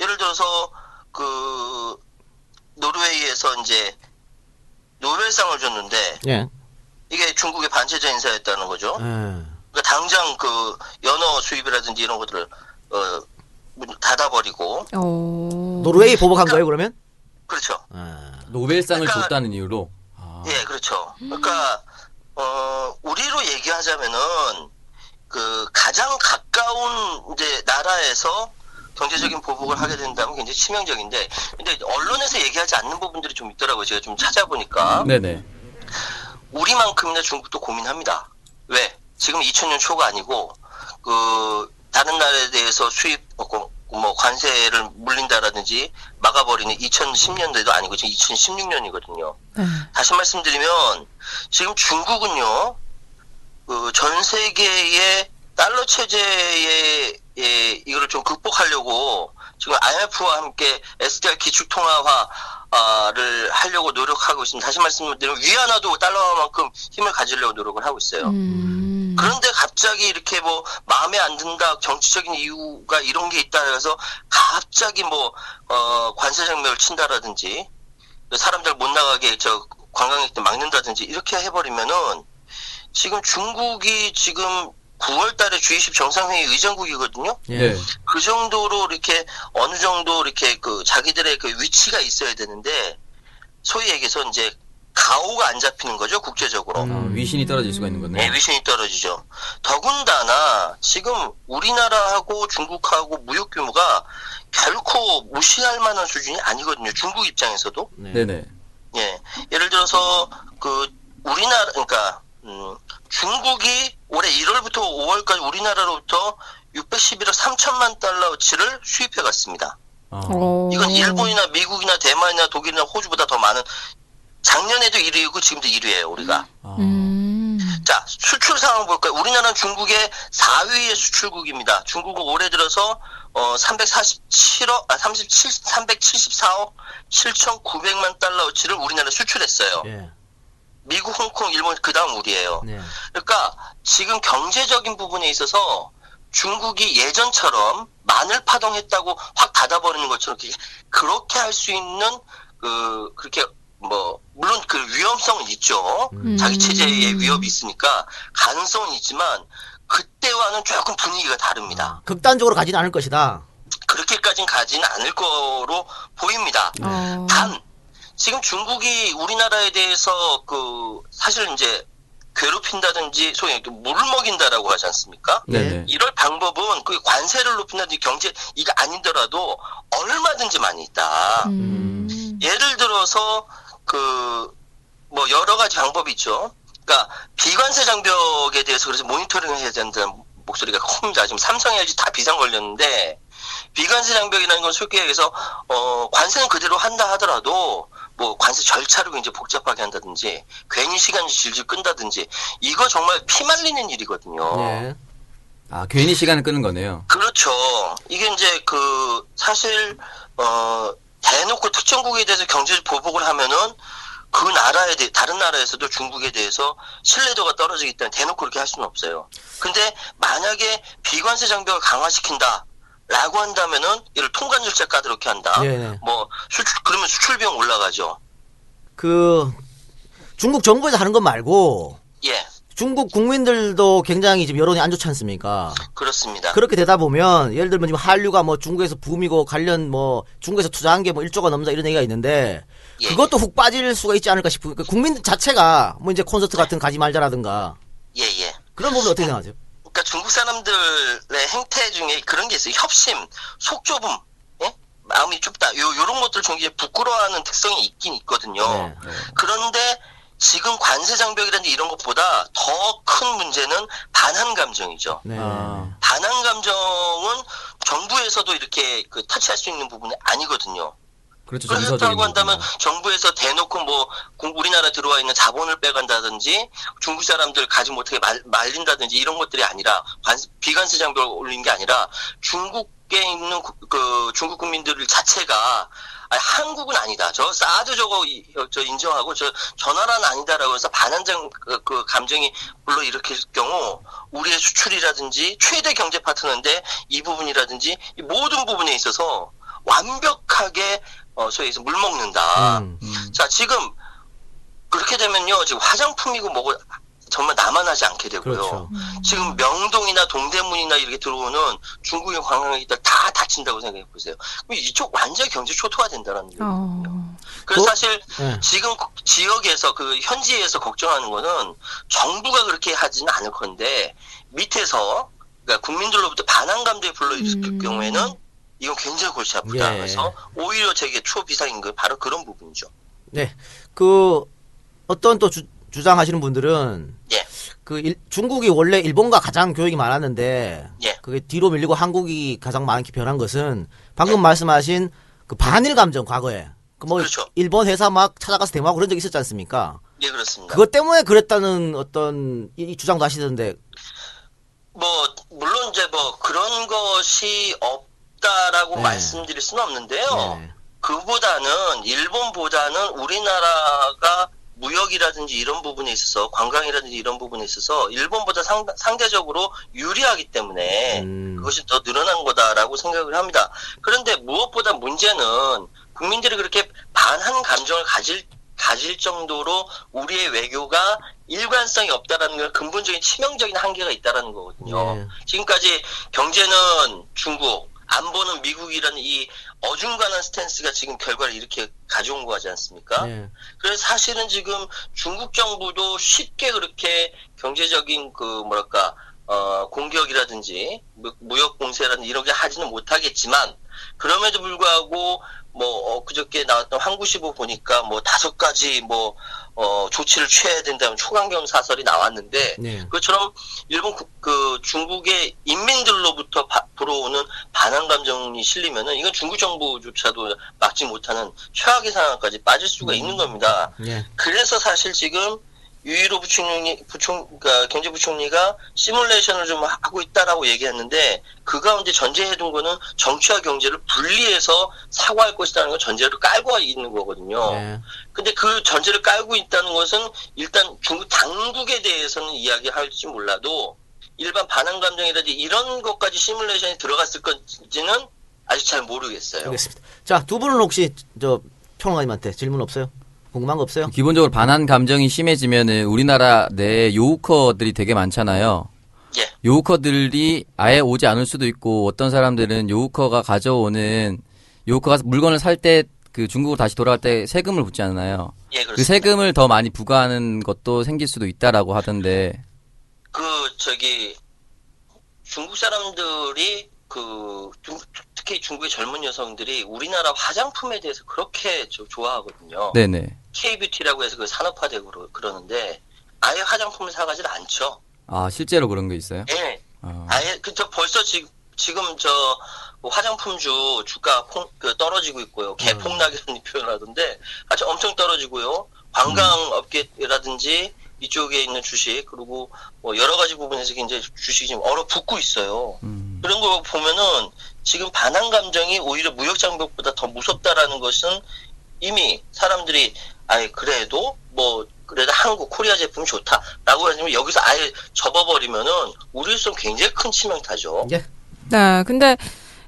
예를 들어서, 그, 노르웨이에서 이제 노벨상을 줬는데, 예. 이게 중국의 반체제 인사였다는 거죠. 예. 그러니까 당장 그 연어 수입이라든지 이런 것들을, 어, 문 닫아버리고, 어. 노르웨이 보복한 거예요 그러면? 그렇죠. 아. 노벨상을 그러니까- 줬다는 이유로. 아. 예, 그렇죠. 그러니까, 어, 우리로 얘기하자면은, 그, 가장 가까운, 이제, 나라에서 경제적인 보복을 하게 된다면 굉장히 치명적인데, 근데 언론에서 얘기하지 않는 부분들이 좀 있더라고요. 제가 좀 찾아보니까. 네네. 우리만큼이나 중국도 고민합니다. 왜? 지금 2000년 초가 아니고, 그, 다른 나라에 대해서 수입, 어, 고- 뭐, 관세를 물린다라든지 막아버리는 2010년대도 아니고 지금 2016년이거든요. 네. 다시 말씀드리면, 지금 중국은요, 그, 전 세계의 달러 체제에, 예, 이거를 좀 극복하려고 지금 IMF와 함께 SDR 기축통화화, 를 하려고 노력하고 있습니다. 다시 말씀드리면 위안화도 달러만큼 힘을 가지려고 노력을 하고 있어요. 음. 그런데 갑자기 이렇게 뭐 마음에 안 든다 정치적인 이유가 이런 게 있다 그래서 갑자기 뭐 어, 관세 장벽을 친다라든지 사람들 못 나가게 저 관광객들 막는다든지 이렇게 해버리면은 지금 중국이 지금 9월달에 G20 정상회의 의장국이거든요. 예. 네. 그 정도로 이렇게 어느 정도 이렇게 그 자기들의 그 위치가 있어야 되는데 소위 얘기해서 이제 가오가 안 잡히는 거죠 국제적으로. 아, 위신이 떨어질 수가 있는 네, 거네. 위신이 떨어지죠. 더군다나 지금 우리나라하고 중국하고 무역 규모가 결코 무시할 만한 수준이 아니거든요. 중국 입장에서도. 네네. 예. 예를 들어서 그 우리나라 그러니까 음, 중국이 올해 1월부터 5월까지 우리나라로부터 611억 3천만 달러어치를 수입해 갔습니다. 아. 어. 음. 이건 일본이나 미국이나 대만이나 독일이나 호주보다 더 많은 작년에도 1위고 지금도 1위예요, 우리가. 아. 음. 자, 수출 상황 볼까요? 우리나라는 중국의 4위의 수출국입니다. 중국은 올해 들어서 어 347억 아 37 374억 7,900만 달러어치를 우리나라 수출했어요. 예. 미국, 홍콩, 일본 그다음 우리예요. 네. 그러니까 지금 경제적인 부분에 있어서 중국이 예전처럼 마늘 파동했다고 확 닫아버리는 것처럼 그렇게- 그렇게 할 수 있는 그 그렇게 뭐 물론 그 위험성은 있죠. 자기 체제에 위협이 있으니까 가능성은 있지만 그때와는 조금 분위기가 음. 다릅니다. 아, 극단적으로 가진 않을 것이다. 그렇게까진 가지는 않을 거로 보입니다. 어. 단 지금 중국이 우리나라에 대해서 그 사실 이제 괴롭힌다든지 소위 물 먹인다라고 하지 않습니까? 네네. 이럴 방법은 그 관세를 높인다든지 경제 이게 아니더라도 얼마든지 많이 있다. 음. 예를 들어서 그 뭐 여러 가지 방법이 있죠. 그러니까 비관세 장벽에 대해서 그래서 모니터링을 해야 된다는 목소리가 큽니다. 지금 삼성, LG 다 비상 걸렸는데 비관세 장벽이라는 건 쉽게 얘기해서 어 관세는 그대로 한다 하더라도 뭐 관세 절차를 굉장히 복잡하게 한다든지 괜히 시간을 질질 끈다든지 이거 정말 피 말리는 일이거든요. 예. 아, 괜히 시간을 끄는 거네요. 그렇죠. 이게 이제 그 사실 어 대놓고 특정국에 대해서 경제 보복을 하면은 그 나라에 대해 다른 나라에서도 중국에 대해서 신뢰도가 떨어지기 때문에 대놓고 그렇게 할 수는 없어요. 근데 만약에 비관세 장벽을 강화시킨다. 라고 한다면은 이를 통관 절차 까다롭게 한다. 예, 예. 뭐 수출 그러면 수출 비용 올라가죠. 그 중국 정부에서 하는 것 말고 예, 중국 국민들도 굉장히 지금 여론이 안 좋지 않습니까? 그렇습니다. 그렇게 되다 보면 예를 들면 지금 한류가 뭐 중국에서 붐이고 관련 뭐 중국에서 투자한 게 뭐 1조가 넘는다 이런 얘기가 있는데 예. 그것도 훅 빠질 수가 있지 않을까 싶고 그 국민 자체가 뭐 이제 콘서트 같은 거 가지 말자라든가 예, 예. 그런 부분 어떻게 생각하세요? 그러니까 중국 사람들의 행태 중에 그런 게 있어요. 협심, 속 좁음, 예? 마음이 좁다. 요, 요런 것들 굉장히 부끄러워하는 특성이 있긴 있거든요. 네. 그런데 지금 관세 장벽이라든지 이런 것보다 더 큰 문제는 반한 감정이죠. 네. 아. 반항 감정은 정부에서도 이렇게 그 터치할 수 있는 부분이 아니거든요. 그렇죠. 정서적인 그렇다고 한다면 부분. 정부에서 대놓고 뭐 공- 우리나라 들어와 있는 자본을 빼간다든지 중국 사람들 가지 못하게 말, 말린다든지 이런 것들이 아니라 관- 비관세 장벽을 올린 게 아니라 중국에 있는 구- 그 중국 국민들 자체가 아니, 한국은 아니다. 저 사드 저거 이- 저 인정하고 저 저 나라는 아니다라고 해서 반한장 그, 그 감정이 불러 일으킬 경우 우리의 수출이라든지 최대 경제 파트너인데 이 부분이라든지 이 모든 부분에 있어서 완벽하게 어 소위해서 물 먹는다. 음. 음. 자 지금 그렇게 되면요 지금 화장품이고 뭐고 정말 나만하지 않게 되고요. 그렇죠. 지금 명동이나 동대문이나 이렇게 들어오는 중국인 관광객들 다 다친다고 생각해 보세요. 그럼 이쪽 완전 경제 초토화 된다라는 거예요. 어. 그래서 어? 사실 네. 지금 그 지역에서 그 현지에서 걱정하는 거는 정부가 그렇게 하지는 않을 건데 밑에서 그러니까 국민들로부터 반항 감정이 불러일으킬 음. 경우에는 이건 굉장히 골치 아프다. 예. 그래서 오히려 제게 초비상임금 바로 그런 부분이죠. 네. 그 어떤 또 주, 장하시는 분들은 예. 그 일- 중국이 원래 일본과 가장 교역이 많았는데 예. 그게 뒤로 밀리고 한국이 가장 많이 변한 것은 방금 말씀하신 그 반일 감정 과거에 그 뭐 그렇죠. 일본 회사 막 찾아가서 대모하고 그런 적 있었지 않습니까? 예, 그렇습니다. 그것 때문에 그랬다는 어떤 이, 이 주장도 하시던데 뭐 물론 이제 뭐 그런 것이 없다라고 네. 말씀드릴 수는 없는데요. 네. 그보다는 일본보다는 우리나라가 무역이라든지 이런 부분에 있어서 관광이라든지 이런 부분에 있어서 일본보다 상, 상대적으로 유리하기 때문에 음. 그것이 더 늘어난 거다라고 생각을 합니다. 그런데 무엇보다 문제는 국민들이 그렇게 반한 감정을 가질 가질 정도로 우리의 외교가 일관성이 없다라는 건 근본적인 치명적인 한계가 있다라는 거거든요. 예. 지금까지 경제는 중국, 안보는 미국이라는 이 어중간한 스탠스가 지금 결과를 이렇게 가져온 거지 않습니까? 네. 그래서 사실은 지금 중국 정부도 쉽게 그렇게 경제적인 그 뭐랄까 어 공격이라든지 무- 무역 공세라든지 이런 게 하지는 못하겠지만 그럼에도 불구하고 뭐 어, 그저께 나왔던 항구시보 보니까 뭐 다섯 가지 뭐 어 조치를 취해야 된다면 초강경 사설이 나왔는데 네. 그처럼 일본 국- 그 중국의 인민들로부터 바- 불어오는 반항 감정이 실리면은 이건 중국 정부조차도 막지 못하는 최악의 상황까지 빠질 수가 있는 겁니다. 예. 그래서 사실 지금 유일호 부총리, 부총, 그러니까 경제부총리가 시뮬레이션을 좀 하고 있다라고 얘기했는데 그 가운데 전제해둔 거는 정치와 경제를 분리해서 사과할 것이라는 걸 전제로 깔고 있는 거거든요. 예. 근데 그 전제를 깔고 있다는 것은 일단 중국 당국에 대해서는 이야기할지 몰라도 일반 반항 감정이라든지 이런 것까지 시뮬레이션이 들어갔을 건지는 아직 잘 모르겠어요. 알겠습니다. 자, 두 분은 혹시 저 평론가님한테 질문 없어요? 궁금한 거 없어요? 기본적으로 반한 감정이 심해지면은 우리나라 내 요우커들이 되게 많잖아요. 예. 요우커들이 아예 오지 않을 수도 있고 어떤 사람들은 요우커가 가져오는 요우커가 물건을 살 때 그 중국으로 다시 돌아갈 때 세금을 붙지 않나요? 예, 그 그렇습니다. 세금을 더 많이 부과하는 것도 생길 수도 있다라고 하던데 그 저기 중국 사람들이 그 중- 특히 중국의 젊은 여성들이 우리나라 화장품에 대해서 그렇게 저- 좋아하거든요. 네네 K-뷰티라고 해서 그 산업화되고 그러- 그러는데 아예 화장품을 사가질 않죠. 아 실제로 그런 게 있어요? 예, 아, 아예 그저 벌써 지금 지금 저그 화장품주 주가 폭- 그 떨어지고 음. 있고요. 개폭락이라는 표현하던데 아주 엄청 떨어지고요. 음. 관광업계라든지 이쪽에 있는 주식 그리고 뭐 여러 가지 부분에서 굉장히 주식이 지금 얼어붙고 있어요. 음, 그런 거 보면은 지금 반항 감정이 오히려 무역 장벽보다 더 무섭다라는 것은 이미 사람들이 아예 그래도 뭐 그래도 한국 코리아 제품 좋다라고 하지만 여기서 아예 접어버리면은 우리로서는 굉장히 큰 치명타죠. 예. 네, 근데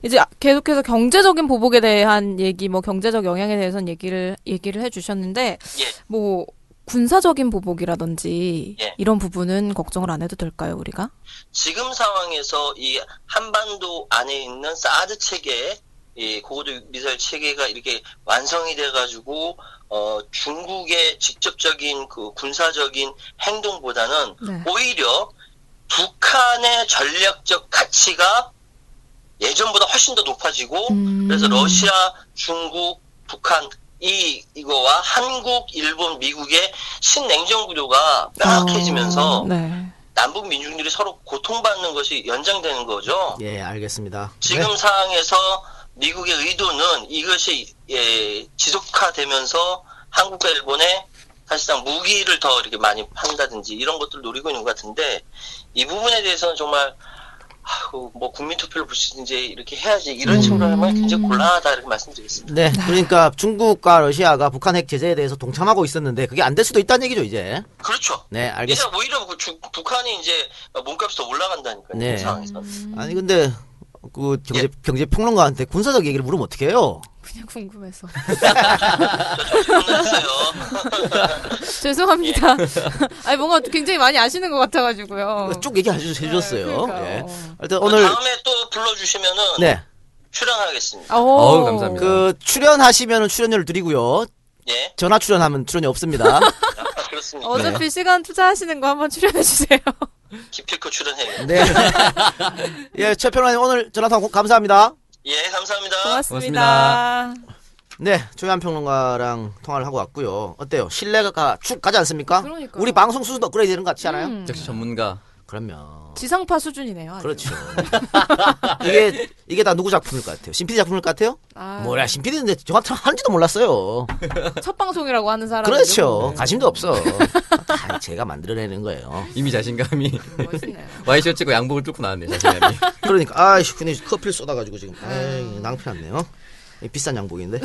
이제 계속해서 경제적인 보복에 대한 얘기, 뭐 경제적 영향에 대해서는 얘기를 얘기를 해주셨는데, 예. 뭐 군사적인 보복이라든지 예. 이런 부분은 걱정을 안 해도 될까요, 우리가? 지금 상황에서 이 한반도 안에 있는 사드 체계, 이 고고도 미사일 체계가 이렇게 완성이 돼가지고 어 중국의 직접적인 그 군사적인 행동보다는 네. 오히려 북한의 전략적 가치가 예전보다 훨씬 더 높아지고 음. 그래서 러시아, 중국, 북한 이 이거와 한국, 일본, 미국의 신냉전 구조가 뼈락해지면서 아, 네. 남북 민중들이 서로 고통받는 것이 연장되는 거죠. 예, 알겠습니다. 지금 네. 상황에서 미국의 의도는 이것이 예, 지속화되면서 한국과 일본에 사실상 무기를 더 이렇게 많이 판다든지 이런 것들 을 노리고 있는 것 같은데 이 부분에 대해서는 정말 아유, 뭐 국민 투표를 붙이든지 이렇게 해야지 음. 이런 식으로 하면 굉장히 곤란하다 이렇게 말씀드리겠습니다. 네, 그러니까 중국과 러시아가 북한 핵 제재에 대해서 동참하고 있었는데 그게 안 될 수도 있다는 얘기죠, 이제. 그렇죠. 네, 이제 알겠습니다. 오히려 그 주- 북한이 이제 몸값이 더 올라간다니까요. 예. 네. 이그 상황에서는. 아니 근데 그 경제 경제 평론가한테 군사적 얘기를 물으면 어떻게 해요? 그냥 궁금해서. 그러니까 혼났어요. 죄송합니다. 아니 뭔가 굉장히 많이 아시는 것 같아가지고요. 그 쭉 얘기 해주- 해주셨어요. 어. 네, 그러니까요. 예. 하여튼 오늘 어, 다음에 또 불러주시면은 네. 출연하겠습니다. 오. 어우, 감사합니다. 그 출연하시면 출연료를 드리고요. 예, 전화 출연하면 출연료 없습니다. 아, 그렇습니다. 어차피 네. 시간 투자하시는 거 한번 출연해 주세요. 기필코 출연해요. 네. 예, 최 평론님 오늘 전화 통화 감사합니다. 예, 감사합니다. 고맙습니다. 네, 조현 평론가랑 통화를 하고 왔고요. 어때요? 신뢰가 쭉 가지 않습니까? 그러니까요. 음. 우리 방송 수준도 업그레이드 되는 것 같지 않아요? 역시 전문가. 그럼요. 지상파 수준이네요. 아주. 그렇죠. 이게 이게 다 누구 작품일 것 같아요? 신피디 작품일 것 같아요? 아, 뭐야, 신피디인데 저한테 하는지도 몰랐어요. 첫 방송이라고 하는 사람. 그렇죠. 관심도 없어. 다 제가 만들어내는 거예요. 이미 자신감이 멋있네요. 와이셔츠고 양복을 뚫고 나왔네 자신감이. 그러니까 아이씨, 근데 커피를 쏟아가지고 지금 아이, 낭패났네요. 이 비싼 양복인데.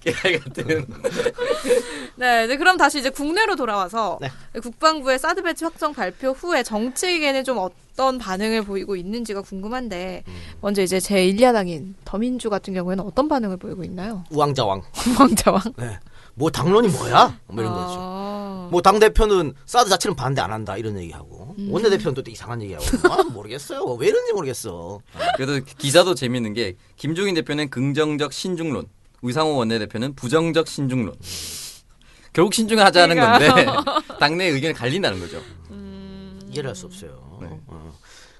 깨알 같은. 네, 이제 그럼 다시 이제 국내로 돌아와서 국방부의 사드 배치 확정 발표 후에 정치계는 좀 어떤 반응을 보이고 있는지가 궁금한데 먼저 이제 제 1야당인 더민주 같은 경우에는 어떤 반응을 보이고 있나요? 우왕좌왕. 왕자왕. 네. 뭐 당론이 뭐야? 뭐 이런 거죠. 아, 뭐 당 대표는 사드 자체는 반대 안 한다 이런 얘기하고 원내 대표는 또 이상한 얘기하고 아, 모르겠어요 왜 이런지 모르겠어 그래도 기사도 재밌는 게 김종인 대표는 긍정적 신중론, 우상호 원내대표는 부정적 신중론. 결국 신중하자는 건데 당내 의견이 갈린다는 거죠. 이해를 할 수 없어요. 어.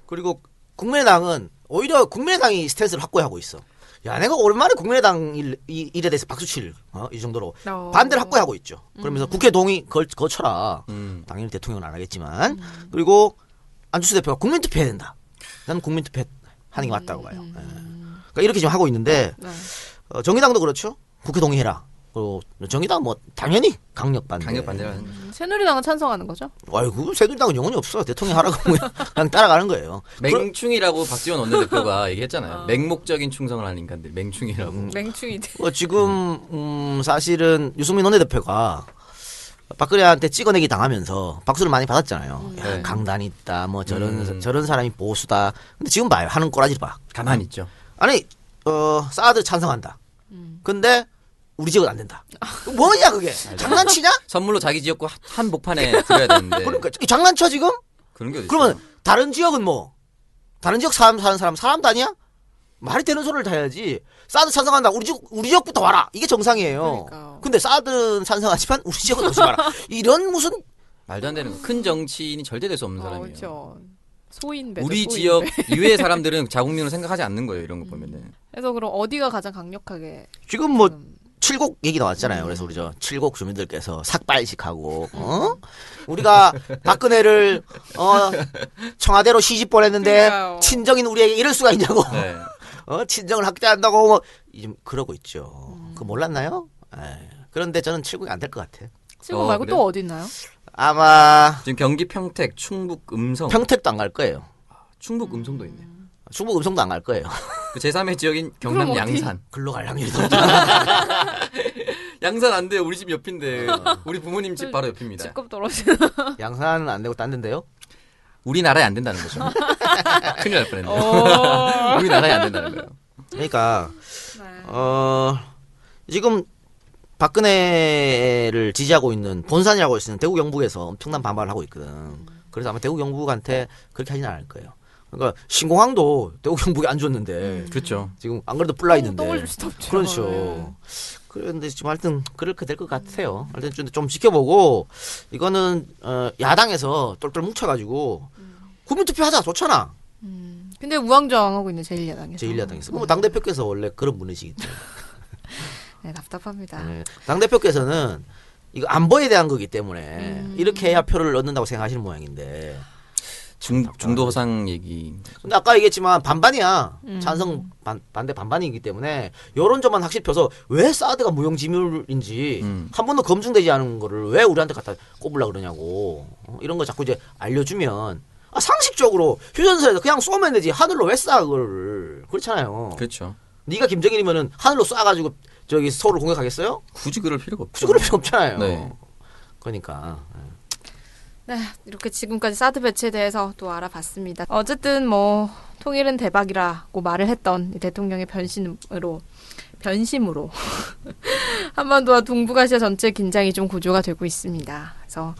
그리고 국민의당은 오히려 국민의당이 스탠스를 확고히 하고 있어. 야, 내가 오랜만에 국민의당 일, 이, 일에 대해서 박수칠 어? 이 정도로 어. 음. 반대를 확고히 하고 있죠. 그러면서 국회 동의 걸, 거쳐라. 당연히 대통령은 안 하겠지만 음. 그리고 안철수 대표가 국민 투표해야 된다. 나는 국민 투표 하는 게 맞다고 봐요. 예. 그러니까 이렇게 지금 하고 있는데 음. 네. 어, 정의당도 그렇죠. 국회 동의해라. 그리고 정의당 뭐 당연히 강력 반대. 강력 반대라는. 새누리당은 찬성하는 거죠? 아이고 새누리당은 영혼이 없어 대통령 하라고 그냥 그냥 따라가는 거예요. 그러- 맹충이라고 박지원 원내대표가 얘기했잖아요. 어. 맹목적인 충성을 하는 인간들, 맹충이라고. 맹충이들. 어, 지금 음, 사실은 유승민 원내대표가 박근혜한테 찍어내기 당하면서 박수를 많이 받았잖아요. 야, 네. 강단 있다, 뭐 저런 음. 저런 사람이 보수다. 근데 지금 봐요 하는 꼬라지를 봐. 가만히 있죠. 아니 어 사드 찬성한다. 음. 근데 우리 지역은 안 된다. 뭐냐 그게 장난치냐? 선물로 자기 지역구 하- 한 복판에 들어야 되는데. 그러니까 이 장난쳐 지금? 그런 게 어디 그러면 다른 지역은 뭐 다른 지역 사람 사는 사람 사람도 아니야? 말이 되는 소리를 다 해야지. 사드 찬성한다. 우리 지역 우리 지역부터 와라. 이게 정상이에요. 그러니까요. 근데 사드는 찬성하지만 우리 지역은 오지 마라. 이런 무슨 말도 안 되는 거. 큰 정치인이 절대 될 수 없는 어, 사람이에요. 그렇죠. 소인배. 우리 지역 이외의 사람들은 자국민으로 생각하지 않는 거예요. 이런 거 보면은. 그래서 그럼 어디가 가장 강력하게? 지금 뭐 음. 칠곡 얘기 나왔잖아요. 그래서 우리 저 칠곡 주민들께서 삭발식하고 음. 어? 우리가 박근혜를 어 청와대로 시집 보냈는데 그러니까요. 친정인 우리에게 이럴 수가 있냐고. 네. 어, 친정을 학대한다고 뭐 지금 그러고 있죠. 그거 몰랐나요? 에. 그런데 저는 칠국이 안 될 것 같아요. 친구 어, 말고 그래요? 또 어디 있나요? 아마 지금 경기 평택, 충북 음성. 평택도 안 갈 거예요. 충북 음성도 있네요. 충북 음성도 안 갈 거예요. 그 제3의 지역인 경남 그럼 어디? 양산. 글로 갈 확률이 더 높아. 양산 안 돼요. 우리 집 옆인데. 우리 부모님 집 바로 옆입니다. 직급 떨어지는. 양산은 안 되고 딴 데인데요. 우리나라에 안 된다는 거죠. 큰일 날 뻔했네요. 어. 우리나라에 안 된다는 거예요. 그러니까 네. 어 지금 박근혜를 지지하고 있는 본산이라고 있는 대구 경북에서 엄청난 반발을 하고 있거든. 그래서 아마 대구 경북한테 그렇게 하진 않을 거예요. 그러니까 신공항도 대구 경북이 안 줬는데 그렇죠. 지금 안 그래도 뿔나 있는데. 똥을 줄 수도 없죠. 네. 그렇죠. 그런데 지금 하여튼 그렇게 될 것 같아요. 하여튼 좀, 좀 지켜보고 이거는 어, 야당에서 똘똘 뭉쳐가지고 국민투표 하자 좋잖아. 근데 우왕좌왕하고 있는 제1야당에서. 제1야당에서. 뭐 당대표께서 원래 그런 분이시기 때문에. 네, 답답합니다. 네. 당대표께서는 이거 안보에 대한 거기 때문에 이렇게 해야 표를 얻는다고 생각하시는 모양인데. 중, 중도 허상 얘기. 근데 아까 얘기했지만 반반이야. 찬성 반, 반대 반반이기 때문에 여론조만 확실히 펴서 왜 사드가 무용지물인지 한 번도 검증되지 않은 거를 왜 우리한테 갖다 꼽으려 그러냐고 어, 이런 거 자꾸 이제 알려주면 아, 상식적으로 휴전선에서 그냥 쏘면 되지 하늘로 왜 쏴 그거를 그렇잖아요. 그렇죠. 네가 김정일이면은 하늘로 쏴가지고 저기 서울을 공격하겠어요? 굳이 그럴 필요가 굳이 없죠. 그럴 필요 없잖아요. 네. 그러니까 네, 이렇게 지금까지 사드 배치에 대해서 또 알아봤습니다. 어쨌든 뭐 통일은 대박이라고 말을 했던 이 대통령의 변신으로 변심으로 한반도와 동북아시아 전체 긴장이 좀 고조가 되고 있습니다. 그래서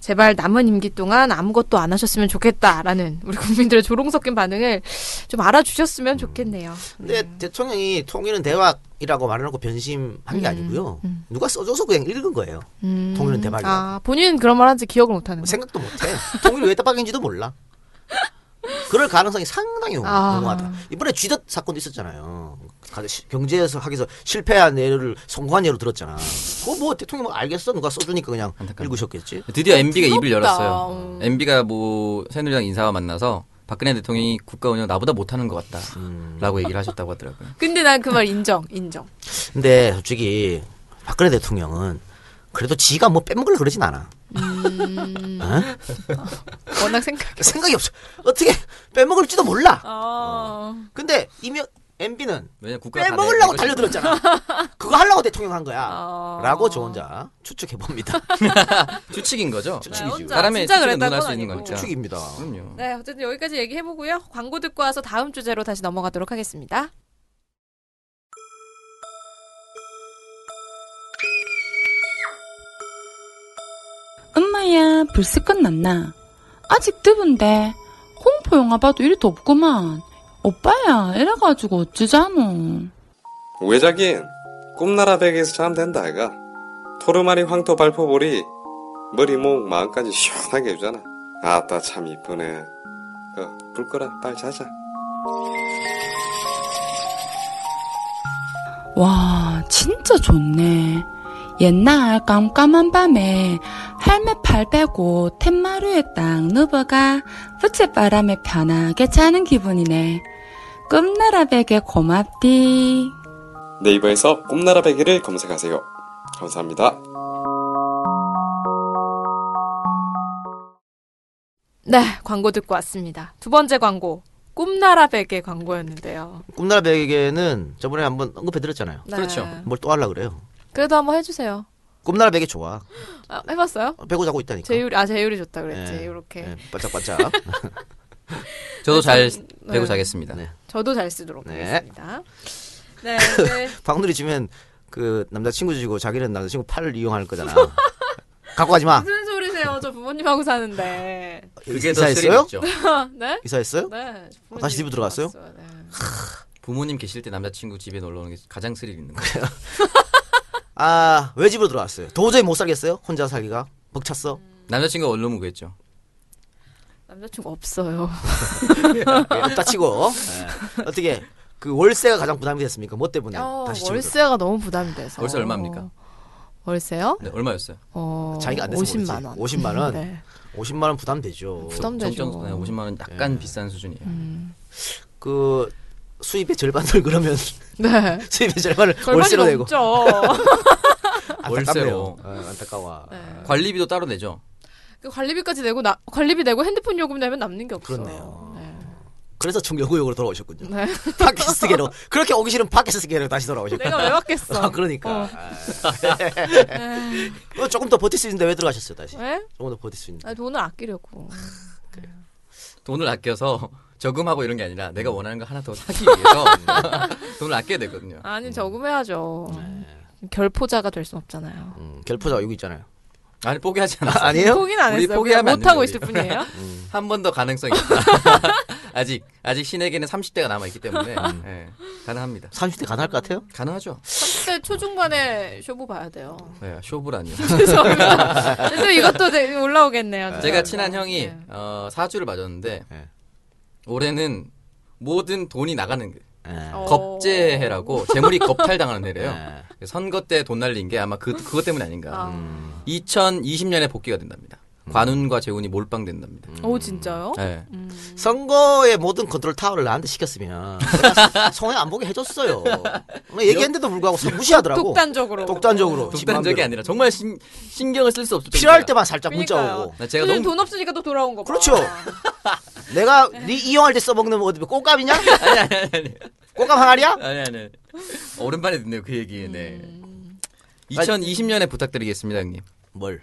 제발 남은 임기 동안 아무것도 안 하셨으면 좋겠다라는 우리 국민들의 조롱 섞인 반응을 좀 알아주셨으면 좋겠네요. 근데 음. 대통령이 통일은 대박이라고 말해놓고 변심한 음. 게 아니고요. 누가 써줘서 그냥 읽은 거예요. 음, 통일은 대박이라고. 아 본인은 그런 말 한지 기억을 못하는 거. 생각도 못해. 통일이 왜 대박인지도 몰라. 그럴 가능성이 상당히 아. 농후하다. 이번에 쥐덫 사건도 있었잖아요. 가- 시- 경제에서 하기서 실패한 예를 성공한 예로 들었잖아. 그거 뭐 대통령 뭐 알겠어? 누가 써주니까 그냥 안타깝네. 읽으셨겠지? 드디어 MB가 입을 부럽다. 열었어요. 음. MB가 뭐 새누리당 인사와 만나서 박근혜 대통령이 국가 운영 나보다 못하는 것 같다라고 얘기를 하셨다고 하더라고요. 근데 난 그 말 인정, 인정. 근데 솔직히 박근혜 대통령은 그래도 지가 뭐 빼먹으려 그러진 않아. 어? 워낙 생각. 생각이 없어. 어떻게 빼먹을지도 몰라. 어. 근데 이명 MB는 왜냐 국가 빼먹으려고 달려들었잖아. 그거 하려고 대통령 한 거야. 어. 그러니까. 라고 저 혼자 추측해 봅니다. 추측인 거죠. 추측이지. 혼자 사람의 진짜 추측을 그랬다는 논할 수 건 있는 아니고. 거니까. 추측입니다. 그럼요. 네, 어쨌든 여기까지 얘기해보고요. 광고 듣고 와서 다음 주제로 다시 넘어가도록 하겠습니다. 엄마야 벌써 끝났나? 아직 드문데 공포 영화 봐도 이리 덥구만 오빠야 이래가지고 어쩌자노 외작인 꿈나라 베개에서 자면 된다 아이가 토르마리 황토 발포볼이 머리 목 마음까지 시원하게 해주잖아 아따 참 이쁘네 어, 불 끄라 빨리 자자 와 진짜 좋네 옛날 깜깜한 밤에 할매 팔 빼고 텐마루에 딱 누버가 부채바람에 편하게 자는 기분이네 꿈나라 베개 고맙디 네이버에서 꿈나라 베개를 검색하세요 감사합니다 네, 광고 듣고 왔습니다. 두 번째 광고. 꿈나라 베개 광고였는데요. 꿈나라 베개는 저번에 한번 언급해드렸잖아요. 네. 그렇죠. 뭘 또 하려 그래요? 그래도 한번 해주세요. 꿈나라 베개 좋아. 아, 해봤어요? 빼고 자고 있다니까. 제율이, 아, 제율이 좋다 예. 그랬지. 이렇게. 예, 바짝바짝. 저도 잘 배고 네. 자겠습니다. 네. 저도 잘 쓰도록 네. 하겠습니다. 네, 이제 박누리 치면 그 남자친구 주고 자기는 남자친구 팔을 이용할 거잖아. 갖고 가지 마. 무슨 소리세요? 저 부모님하고 사는데. 그게 더 이사했어요? 스릴이죠. 네? 이사했어요? 네. 부모님 다시 집에 들어갔어요? 갔어요, 네. 부모님 계실 때 남자친구 집에 놀러 오는 게 가장 스릴 있는 거예요. 아, 왜 집으로 들어왔어요? 도저히 못 살겠어요? 혼자 살기가? 벅찼어? 남자친구가 원룸을 구했죠. 남자친구 없어요. 예, 없다 치고. 네. 예. 어떻게, 그 월세가 가장 부담이 됐습니까? 뭐 때문에? 어, 다시 집으로. 들어- 월세가 너무 부담이 돼서. 월세 얼마입니까? 월세요? 네, 얼마였어요? 어, 자기가 안 돼서 50만 원. 모르지. 50만 원? 네. 50만 원그 부담되죠. 부담되죠. 정정 네, 50만 원 약간 비싼 수준이에요. 그 수입의 절반을 그러면 네. 수입의 절반을 절반이 월세로 내고 넘죠. 안타깝네요. 월세로. 예, 안타까워. 네. 관리비도 따로 내죠. 그 관리비까지 내고 나 관리비 내고 핸드폰 요금 내면 남는 게 없어요. 그렇네요. 네. 그래서 청여구역으로 돌아오셨군요. 네. 팟캐스트계로 그렇게 오기 싫은 팟캐스트계로 다시 돌아오셨군요. 내가 왜 받겠어? 아, 그러니까. 어. 어, 조금 더 버틸 수 있는데 왜 들어가셨어요 다시? 왜? 아. 조금 더 버틸 수 있는. 나 네? 돈을 아끼려고. 돈을 아껴서 저금하고 이런 게 아니라 내가 원하는 거 하나 더 사기 위해서 돈을 아껴야 되거든요. 아니 저금해야죠. 네. 결포자가 될 순 없잖아요. 음, 결포자 여기 있잖아요. 아니 포기하지 아, 않았어요. 아니에요? 포기는 안 우리 했어요. 포기하면 그냥 안 못하고 되는 있을 뿐이에요. 한 번 더 가능성이 있다. 아직 아직 신에게는 30대가 남아 있기 때문에 예, 가능합니다. 30대 가능할 것 같아요? 가능하죠. 30대 초중반에 쇼부 봐야 돼요. 네, 쇼부라니요. 죄송합니다. 또 이것도 되- 올라오겠네요. 죄송합니다. 제가 친한 형이 네. 어, 사주를 맞았는데 네. 올해는 모든 돈이 나가는 게 예. 어. 겁제해라고 재물이 겁탈당하는 해래요. 예. 선거 때 돈 날린 게 아마 그 그것 때문이 아닌가. 2020년에 복귀가 된답니다. 음. 관운과 재운이 몰빵된답니다. 오 진짜요? 예. 선거의 모든 컨트롤 타워를 나한테 시켰으면 내가 손해 안 보게 해줬어요. 근데 얘기했는데도 불구하고 서- 무시하더라고. 독단적으로. 독단적으로. 독단적이 아니라 정말 신, 신경을 쓸 수 없을 필요할 정도야. 때만 살짝 문자 그러니까요. 어. 오고. 네, 나 제가 요즘 너무 돈 없으니까 또 돌아온 거 봐. 그렇죠. 내가 네 이용할 때 써먹는 뭐 어디 꽃감이냐? 아니 아니 아니 아니. 꽃감 항아리야? 아니 아니. 오랜만에 듣네요 그 얘기. 네. 2020년에 부탁드리겠습니다 형님. 음. 뭘?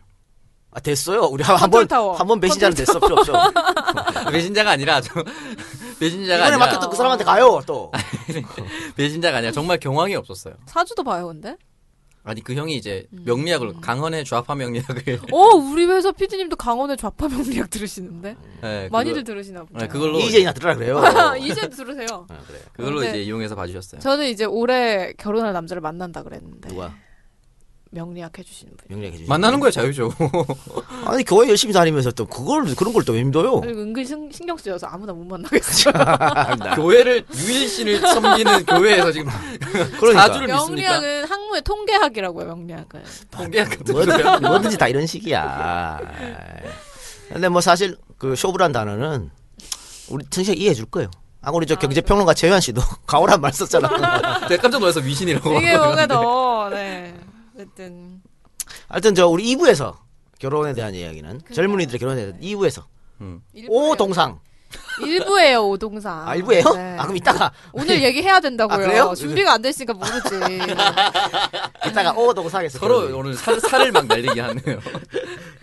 아 됐어요. 우리 한번 타워. 한번 메신저는 됐어 필요 없죠. 배신자가 아니라 저 배신자가 아, 이번에 아니라 맡겼던 그 사람한테 가요 또. 배신자가 아니라 정말 경황이 없었어요. 사주도 봐요, 근데. 아니 그 형이 이제 음. 명리학을 강헌의 좌파 명리학을 예. 어, 우리 회사 PD님도 강원의 좌파 명리학 예, 들으시는데. 네, 많이들 그거- 들으시나 보다. 네, 그걸로 이재인아 들으라 그래요. 이제 들으세요. 아, 그래. 그걸로 근데- 이제 이용해서 봐주셨어요. 저는 이제 올해 결혼할 남자를 만난다 그랬는데 누가 명리학 해주시는 분. 명령해 주시. 만나는 거야 자유죠. 아니 교회 열심히 다니면서 또 그걸 그런 걸 또 힘들어요. 그리고 은근 신, 신경 쓰여서 아무나 못 만나겠어요. 아, 교회를 유일신을 섬기는 교회에서 지금 그러니까. 어, 사주를 믿습니까? 명리학은 학문의 통계학이라고요. 명리학은. 통계학 같은 뭐든, 소리야. 뭐든지 다 이런 식이야. 근데 뭐 사실 그 쇼부란 단어는 우리 청취자 이해해 줄 거예요. 아, 우리 저 경제평론가 재현 씨도 네. 가오란 말 썼잖아. 제가 깜짝 놀라서 위신이라고. 이게 하거든요. 뭔가 더 네. 어쨌든 하여튼 저 우리 2부에서 결혼에 대한 이야기는 젊은이들의 결혼에 대한 2부에서 오 동상 일부예요 오동상. 아 1부예요? 네. 아 그럼 이따가 오늘 얘기해야 아, 된다고요. 그래요? 준비가 안 됐으니까 모르지. 이따가 오 동상에서 서로 오늘 살, 살을 막 날리게 하네요.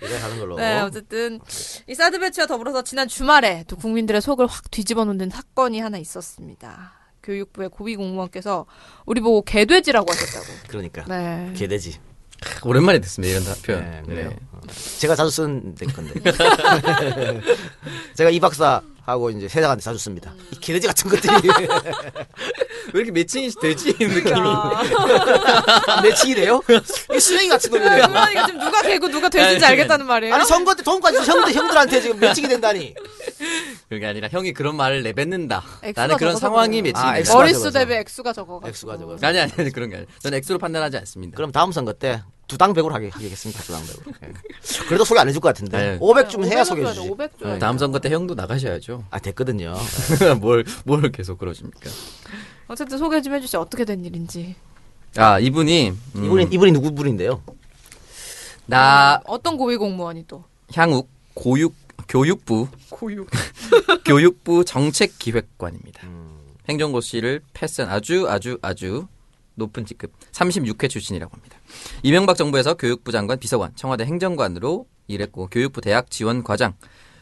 이래 가는 걸로. 네, 어쨌든 이 사드 배치와 더불어서 지난 주말에 또 국민들의 속을 확 뒤집어 놓는 사건이 하나 있었습니다. 교육부의 고위 공무원께서 우리 보고 개돼지라고 하셨다고. 그러니까 네. 개돼지. 아, 오랜만에 듣습니다 이런 다- 표현. 네, 그래요. 어. 제가 자주 쓰는 데 건데. 제가 이 박사하고 이제 세자한테 자주 씁니다. 이 개돼지 같은 것들이. 왜 이렇게 매칭이 되지 느낌이. 그러니까. 내 친이래요? 이 쓰레기 같은 놈이네. 그러니까 지금 누가 개고 누가 돼지인지 알겠다는 말이에요. 아니 선거 때 돈까지 형들 형들한테 지금 매칭이 된다니. 그게 아니라 형이 그런 말을 내뱉는다. 엑스가 나는 그런 적어서 상황이 그래요. 매칭이다. 아, 엑스가 머릿수 적어서. 대비 액수가 적어. 액수가 적어서. 아니 아니 아니, 그런 게 아니라 저는 엑스로 판단하지 않습니다. 그럼 다음 선거 때 두당백으로 하게 하겠습니다. 두당백으로. 예. 그래도 소개 안 해줄 것 같은데. 네. 500쯤 해야 소개해 주지. 500 줘야 어, 돼. 예. 다음 선거 때 형도 나가셔야죠. 아 됐거든요. 뭘, 뭘 계속 그러십니까? 어쨌든 소개 좀 해주세요. 어떻게 된 일인지. 아, 이분이. 음, 이분이 이분이 누구 분인데요? 나, 어떤 고위 공무원이 또. 향욱, 고육, 교육부. 고육. 교육부 정책기획관입니다. 행정고시를 패스한 아주, 아주, 아주 높은 직급. 36회 출신이라고 합니다. 이명박 정부에서 교육부 장관 비서관, 청와대 행정관으로 일했고, 교육부 대학 지원 과장,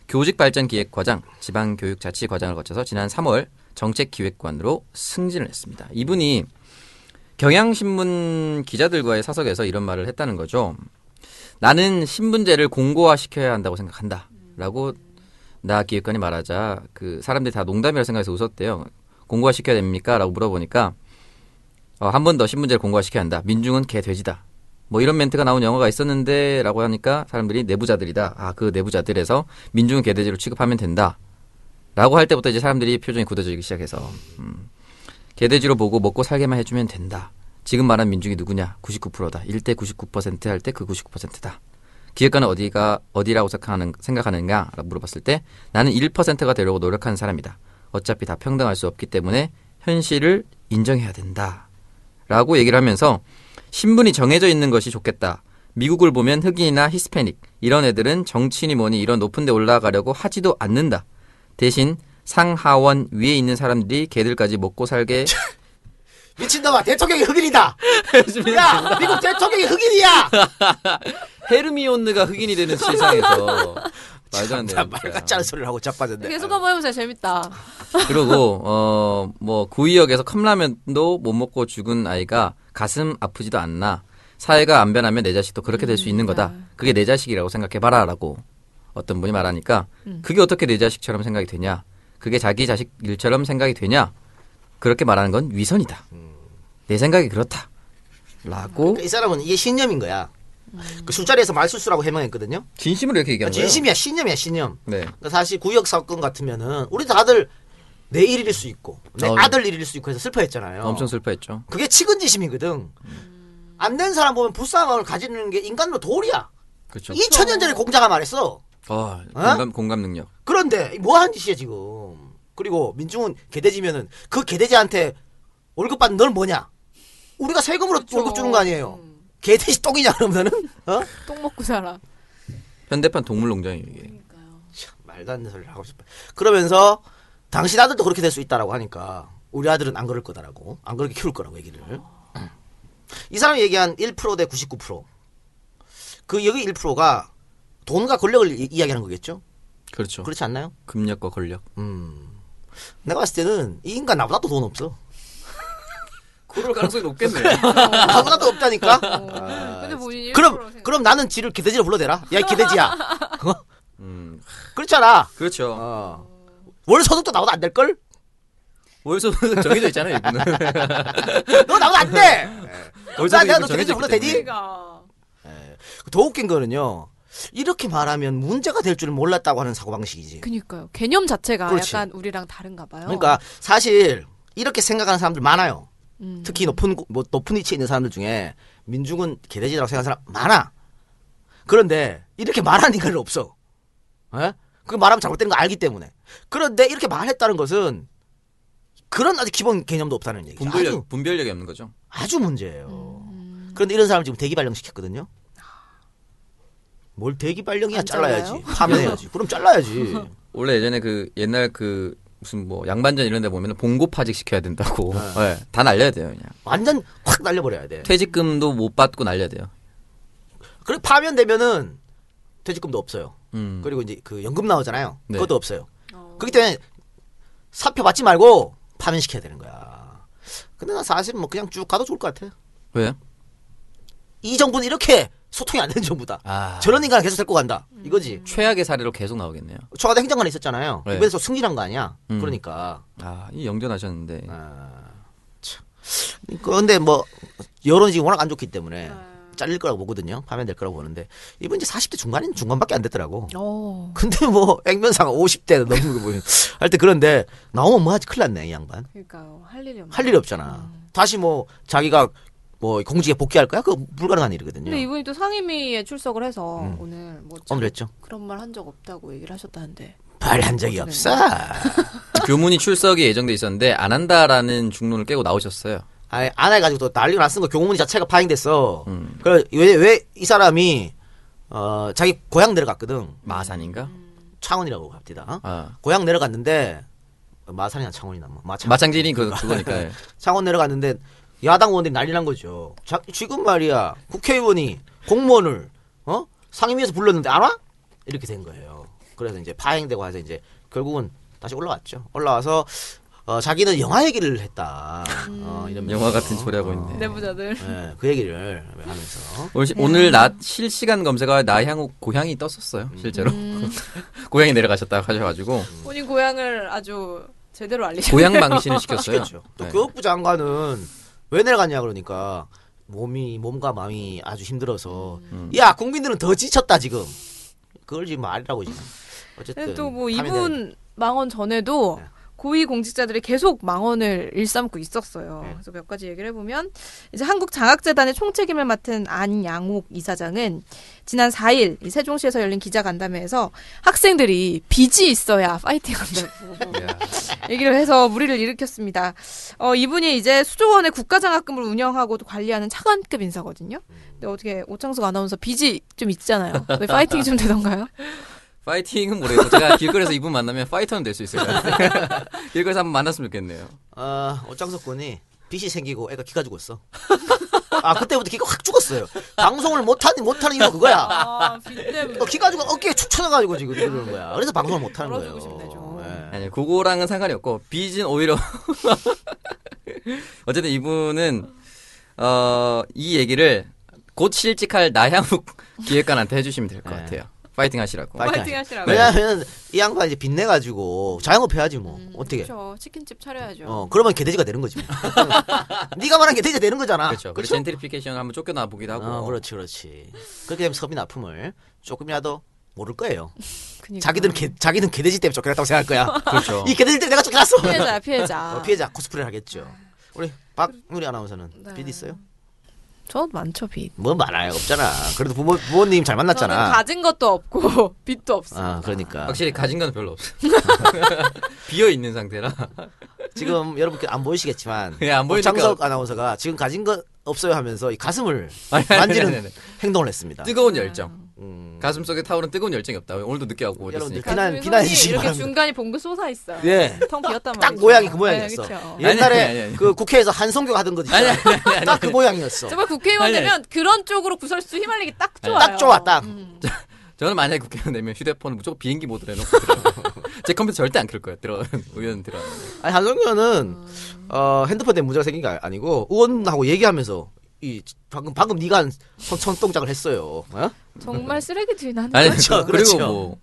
교직발전기획과장, 지방교육자치과장을 거쳐서 지난 3월 정책기획관으로 승진을 했습니다. 이분이 경향신문 기자들과의 사석에서 이런 말을 했다는 거죠. 나는 신분제를 공고화시켜야 한다고 생각한다. 라고 나 기획관이 말하자 그 사람들이 다 농담이라 생각해서 웃었대요. 공고화시켜야 됩니까? 라고 물어보니까 어, 한 번 더 신분제를 공고화시켜야 한다. 민중은 개돼지다. 뭐 이런 멘트가 나온 영화가 있었는데 라고 하니까 사람들이 내부자들이다. 아, 그 내부자들에서 민중은 개돼지로 취급하면 된다. 라고 할 때부터 이제 사람들이 표정이 굳어지기 시작해서 음, 개돼지로 보고 먹고 살게만 해주면 된다. 지금 말한 민중이 누구냐? 99%다. 1대 99%할 때 그 99%다. 기획가는 어디가 어디라고 생각하는 생각하는가? 라고 물어봤을 때 나는 1%가 되려고 노력하는 사람이다. 어차피 다 평등할 수 없기 때문에 현실을 인정해야 된다. 라고 얘기를 하면서 신분이 정해져 있는 것이 좋겠다. 미국을 보면 흑인이나 히스패닉 이런 애들은 정치인이 뭐니 이런 높은 데 올라가려고 하지도 않는다. 대신 상하원 위에 있는 사람들이 걔들까지 먹고 살게 미친놈아 대통령이 흑인이다. 야 미국 대통령이 흑인이야. 헤르미온느가 흑인이 되는 세상에서 말도 안 참 되는 말 같지 않은 소리를 하고 자빠졌네. 계속 한번 해보세요. 재밌다. 그리고 어뭐 구의역에서 컵라면도 못 먹고 죽은 아이가 가슴 아프지도 않나 사회가 안 변하면 내 자식도 그렇게 될 수 있는 거다 그게 내 자식이라고 생각해봐라라고 어떤 분이 말하니까 그게 어떻게 내 자식처럼 생각이 되냐 그게 자기 자식 일처럼 생각이 되냐 그렇게 말하는 건 위선이다 내 생각이 그렇다라고 그러니까 이 사람은 이게 신념인 거야. 그 술자리에서 말실수라고 해명했거든요. 아, 진심으로 이렇게 얘기하는 거예요. 진심이야 신념이야 신념. 네. 그러니까 사실 구역 사건 같으면은 우리 다들 내 일일 수 있고 내 어, 아들 일일 수 있고 해서 슬퍼했잖아요. 엄청 슬퍼했죠. 그게 측은지심이거든. 안 된 사람 보면 불쌍함을 가지는 게 인간으로 도리야. 그렇죠. 2000년 전에 공자가 말했어. 어, 공감 공감 능력. 그런데 뭐 하는 짓이야 지금. 그리고 민중은 개돼지면은 그 개돼지한테 월급 받는 널 뭐냐? 우리가 세금으로 월급 주는 거 아니에요. 개돼지 똥이냐 그러면은 어? 똥 먹고 살아. 현대판 동물농장이에요 이게. 말도 안 되는 소리를 하고 싶어. 그러면서 당신 아들도 그렇게 될 수 있다라고 하니까 우리 아들은 안 그럴 거다라고 안 그렇게 키울 거라고 얘기를. 이 사람이 얘기한 1%대 99%. 그 여기 1%가 돈과 권력을 이, 이야기하는 거겠죠? 그렇죠. 그렇지 않나요? 급력과 권력. 음. 내가 봤을 때는 이 인간 나보다 더 돈 없어. 그럴 가능성이 높겠네요. 나보다 더 없다니까. 근데 뭐 일부러 아, 그럼 생각- 그럼 나는 지를 개돼지로 불러대라. 야 개돼지야. 어? 음, 그렇잖아. 그렇죠. 어. 월 소득도 나보다 안 될 걸? 월소득 정해져 있잖아요, 이분은. 너 나보다 안 돼. 네. 나- 내가 정해져 너 정해져 불러도 되니? 있기 때문에. 그러니까. 더 웃긴 거는요. 이렇게 말하면 문제가 될 줄 몰랐다고 하는 사고방식이지. 그니까요. 개념 자체가 그렇지. 약간 우리랑 다른가 봐요. 그러니까 사실 이렇게 생각하는 사람들 많아요. 음. 특히 높은 고- 뭐 높은 위치에 있는 사람들 중에 민중은 개돼지라고 생각하는 사람 많아. 그런데 이렇게 말하는 인간은 없어. 예? 그 말하면 잘못된 거 알기 때문에. 그런데 이렇게 말했다는 것은 그런 아주 기본 개념도 없다는 얘기죠. 아주, 분별력, 분별력이 없는 거죠. 아주 문제예요. 그런데 이런 사람 지금 대기 발령 시켰거든요. 뭘 대기 발령이야 안 잘라야지. 잘라요? 파면해야지. 그럼 잘라야지. 원래 예전에 그 옛날 그 무슨 뭐 양반전 이런 데 보면 봉고파직 시켜야 된다고. 예, 다 날려야 돼요, 그냥. 완전 확 날려버려야 돼. 퇴직금도 못 받고 날려야 돼요. 그리고 파면되면은 퇴직금도 없어요. 음. 그리고 이제 그 연금 나오잖아요. 네. 그것도 없어요. 그렇기 때문에 사표 받지 말고 파면시켜야 되는 거야. 근데 난 사실 뭐 그냥 쭉 가도 좋을 것 같아. 왜요? 이 정부는 이렇게 소통이 안 되는 정부다. 아. 저런 인간을 계속 데리고 간다. 이거지. 최악의 사례로 계속 나오겠네요. 청와대 행정관에 있었잖아요. 네. 이번에서 승진한 거 아니야. 음. 그러니까. 아, 이 영전하셨는데. 근데 뭐 여론이 지금 워낙 안 좋기 때문에 잘릴 거라고 보거든요. 파면될 거라고 보는데 이번 이제 40대 중반인 중반밖에 안 됐더라고. 어. 근데 뭐 액면상 50대 넘는 거 보면 할때 그런데 나오면 뭐 하지 큰일 났네 이 양반 그러니까요. 할 일이 없네. 할 일이 없잖아 다시 뭐 자기가 뭐 공직에 복귀할 거야 그거 불가능한 일이거든요 근데 이분이 또 상임위에 출석을 해서 음. 오늘 뭐 오늘 했죠 그런 말 한 적 없다고 얘기를 하셨다는데. 말한 적이 없어 그 교문이 출석이 예정돼 있었는데 안 한다라는 중론을 깨고 나오셨어요. 아예 안 해가지고 또 난리가 났은 거 교문이 자체가 파행됐어 그래 왜왜 이 사람이 어 자기 고향 내려갔거든 마산인가? 창원이라고 갑디다 아. 고향 내려갔는데 마산이나 창원이나 뭐 마창 마창진이 그, 그거니까. 창원 내려갔는데 야당 의원들이 난리 난 거죠. 자, 지금 말이야 국회의원이 공무원을 어 상임위에서 불렀는데 안 와? 이렇게 된 거예요. 그래서 이제 파행되고 해서 이제 결국은 다시 올라왔죠. 올라와서 어, 자기는 영화 얘기를 했다. 어, 이런 영화 같은 소리 하고 있네. 내부자들. 예, 그 얘기를 하면서 오늘, 시- 오늘 낮 실시간 검색어에 나향호 고향이 떴었어요 음. 실제로 고향이 내려가셨다고 하셔가지고 본인 고향을 아주 제대로 알리셨. 고향 망신을 시켰어요. 아, 시켰죠. 또 네. 교육부 장관은 왜 내려갔냐 그러니까 몸이 몸과 마음이 아주 힘들어서 음. 야 국민들은 더 지쳤다 지금 그걸 지금 말이라고 지금 어쨌든 또 뭐 밤에 이분 망언 전에도 음, 네. 고위 공직자들이 계속 망언을 일삼고 있었어요. 그래서 몇 가지 얘기를 해보면 이제 한국 장학재단의 총책임을 맡은 안양옥 이사장은 지난 4일 이 세종시에서 열린 기자간담회에서 학생들이 빚이 있어야 파이팅한다고 얘기를 해서 무리를 일으켰습니다. 어, 이분이 이제 수조원의 국가장학금을 운영하고 또 관리하는 차관급 인사거든요. 근데 어떻게 오창석 아나운서 빚이 좀 있잖아요. 왜 파이팅이 좀 되던가요? 파이팅은 모르겠고 제가 길거리에서 이분 만나면 파이터는 될 수 있을 것 같아요. 길거리에서 한번 만났으면 좋겠네요. 아, 어장석 군이 빚이 생기고 애가 기가 죽었어. 아, 그때부터 기가 확 죽었어요. 방송을 못하는, 못하는 이유가 그거야. 아, 빚 때문에. 어, 기가 죽어 어깨에 축 쳐져가지고 지금 그러는 거야. 그래서 방송을 못하는 거예요. 걸어주고 싶네, 좀. 예. 아니 그거랑은 상관이 없고 빚은 오히려 어쨌든 이분은 어, 이 얘기를 곧 실직할 나향욱 기획관한테 해주시면 될 것 네. 같아요. 파이팅 하시라고. 파이팅 파이팅 하시라고. 왜냐하면 이 양반 이제 빚내가지고 자영업 해야지 뭐. 어떻게. 그렇죠. 치킨집 차려야죠. 어, 그러면 개돼지가 되는 거지. 뭐. 네가 말한 개돼지가 되는 거잖아. 그렇죠. 그리고 아, 그렇죠. 젠트리피케이션을 한번 쫓겨나 보기도 하고. 어, 그렇지, 그렇지. 그렇게 되면 서민 아픔을 조금이라도 모를 거예요. 그러니까. 그니까. 자기들은 개, 자기는 개돼지 때문에 쫓겨났다고 생각할 거야. 그렇죠. 이 개돼지 때문에 내가 쫓겨났어. 피해자야 피해자. 어, 피해자 코스프레를 하겠죠. 우리 박누리 아나운서는 네. 빚 있어요? 저 많죠 빚. 뭐 많아요. 없잖아. 그래도 부모 부모님 잘 만났잖아. 저는 가진 것도 없고 빚도 없어. 아, 그러니까. 확실히 가진 건 별로 없어. 비어 있는 상태라. 지금 여러분께 안 보이시겠지만 예, 안 보이니까. 장석 아나운서가 지금 가진 것 없어요 하면서 이 가슴을 아니, 네, 아니, 만지는 아니, 아니, 아니. 행동을 했습니다. 네. 뜨거운 열정. 음, 가슴 속에 타오른 뜨거운 열정이 없다. 오늘도 늦게 하고 여러분들 오셨으니까. 아, 비난 가슴이 비난 손이 주시기 이렇게 바랍니다. 중간에 봉긋 쏟아 있어. 요 예. 텅 비었단 말이죠. 딱 모양이 그 네, 모양이었어. 그쵸. 옛날에 아니, 아니, 아니, 아니. 그 국회에서 한성규 하던 거 있잖아. 딱 그 모양이었어. 정말 국회의원 아니, 아니. 되면 그런 쪽으로 구설수 휘말리기 딱 좋아요. 네. 음. 딱 좋아 딱. 저는 만약에 국회의원 되면 휴대폰을 무조건 비행기 모드로 해놓고 들어요. 제 컴퓨터 절대 안 켤 거예요. 들어 의원 들어. 아니 한성규는 음. 어, 핸드폰 때문에 문제가 생긴 게 아- 아니고 의원하고 얘기하면서 이 방금 방금 네가 한 손- 손 동작을 했어요. 어? 정말 쓰레기들이 난다. 아니 그렇죠, 그리고 그렇죠. 뭐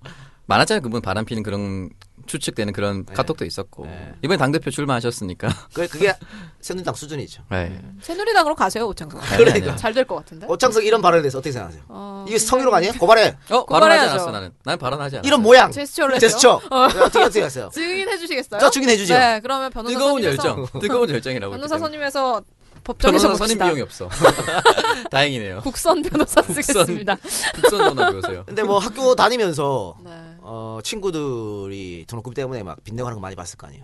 많았잖아요. 그분 바람 피는 그런 추측되는 그런 카톡도 있었고 네. 이번에 당 대표 출마하셨으니까. 그 그게 새누리당 수준이죠. 네. 새누리당으로 가세요 오창석. 그러니까. 잘 될 것 같은데. 오창석 이런 발언에 대해서 어떻게 생각하세요? 네? 어, 아, 어, 이게 성희롱 아니에요? 고발해. 어 발언하지 고발해야죠. 않았어 나는. 난 발언하지 않았어. 이런 뭐 모양. 제스처로 했죠? 제스처. 어. 떻게 어떻게 하세요? 증인해 주시겠어요? 저 증인해 주죠. 네, 그러면 변호사 뜨거운 선임에서- 열정. 뜨거운 열정이라고. 변호사 했기 때문에. 선임에서 법정에서 변호사 선임 봅시다. 비용이 없어. 다행이네요. 국선 변호사 국선. 쓰겠습니다. 국선 전화 배우세요. 근데 뭐 학교 다니면서 네. 어, 친구들이 등록금 때문에 막 빚내고 하는 거 많이 봤을 거 아니에요.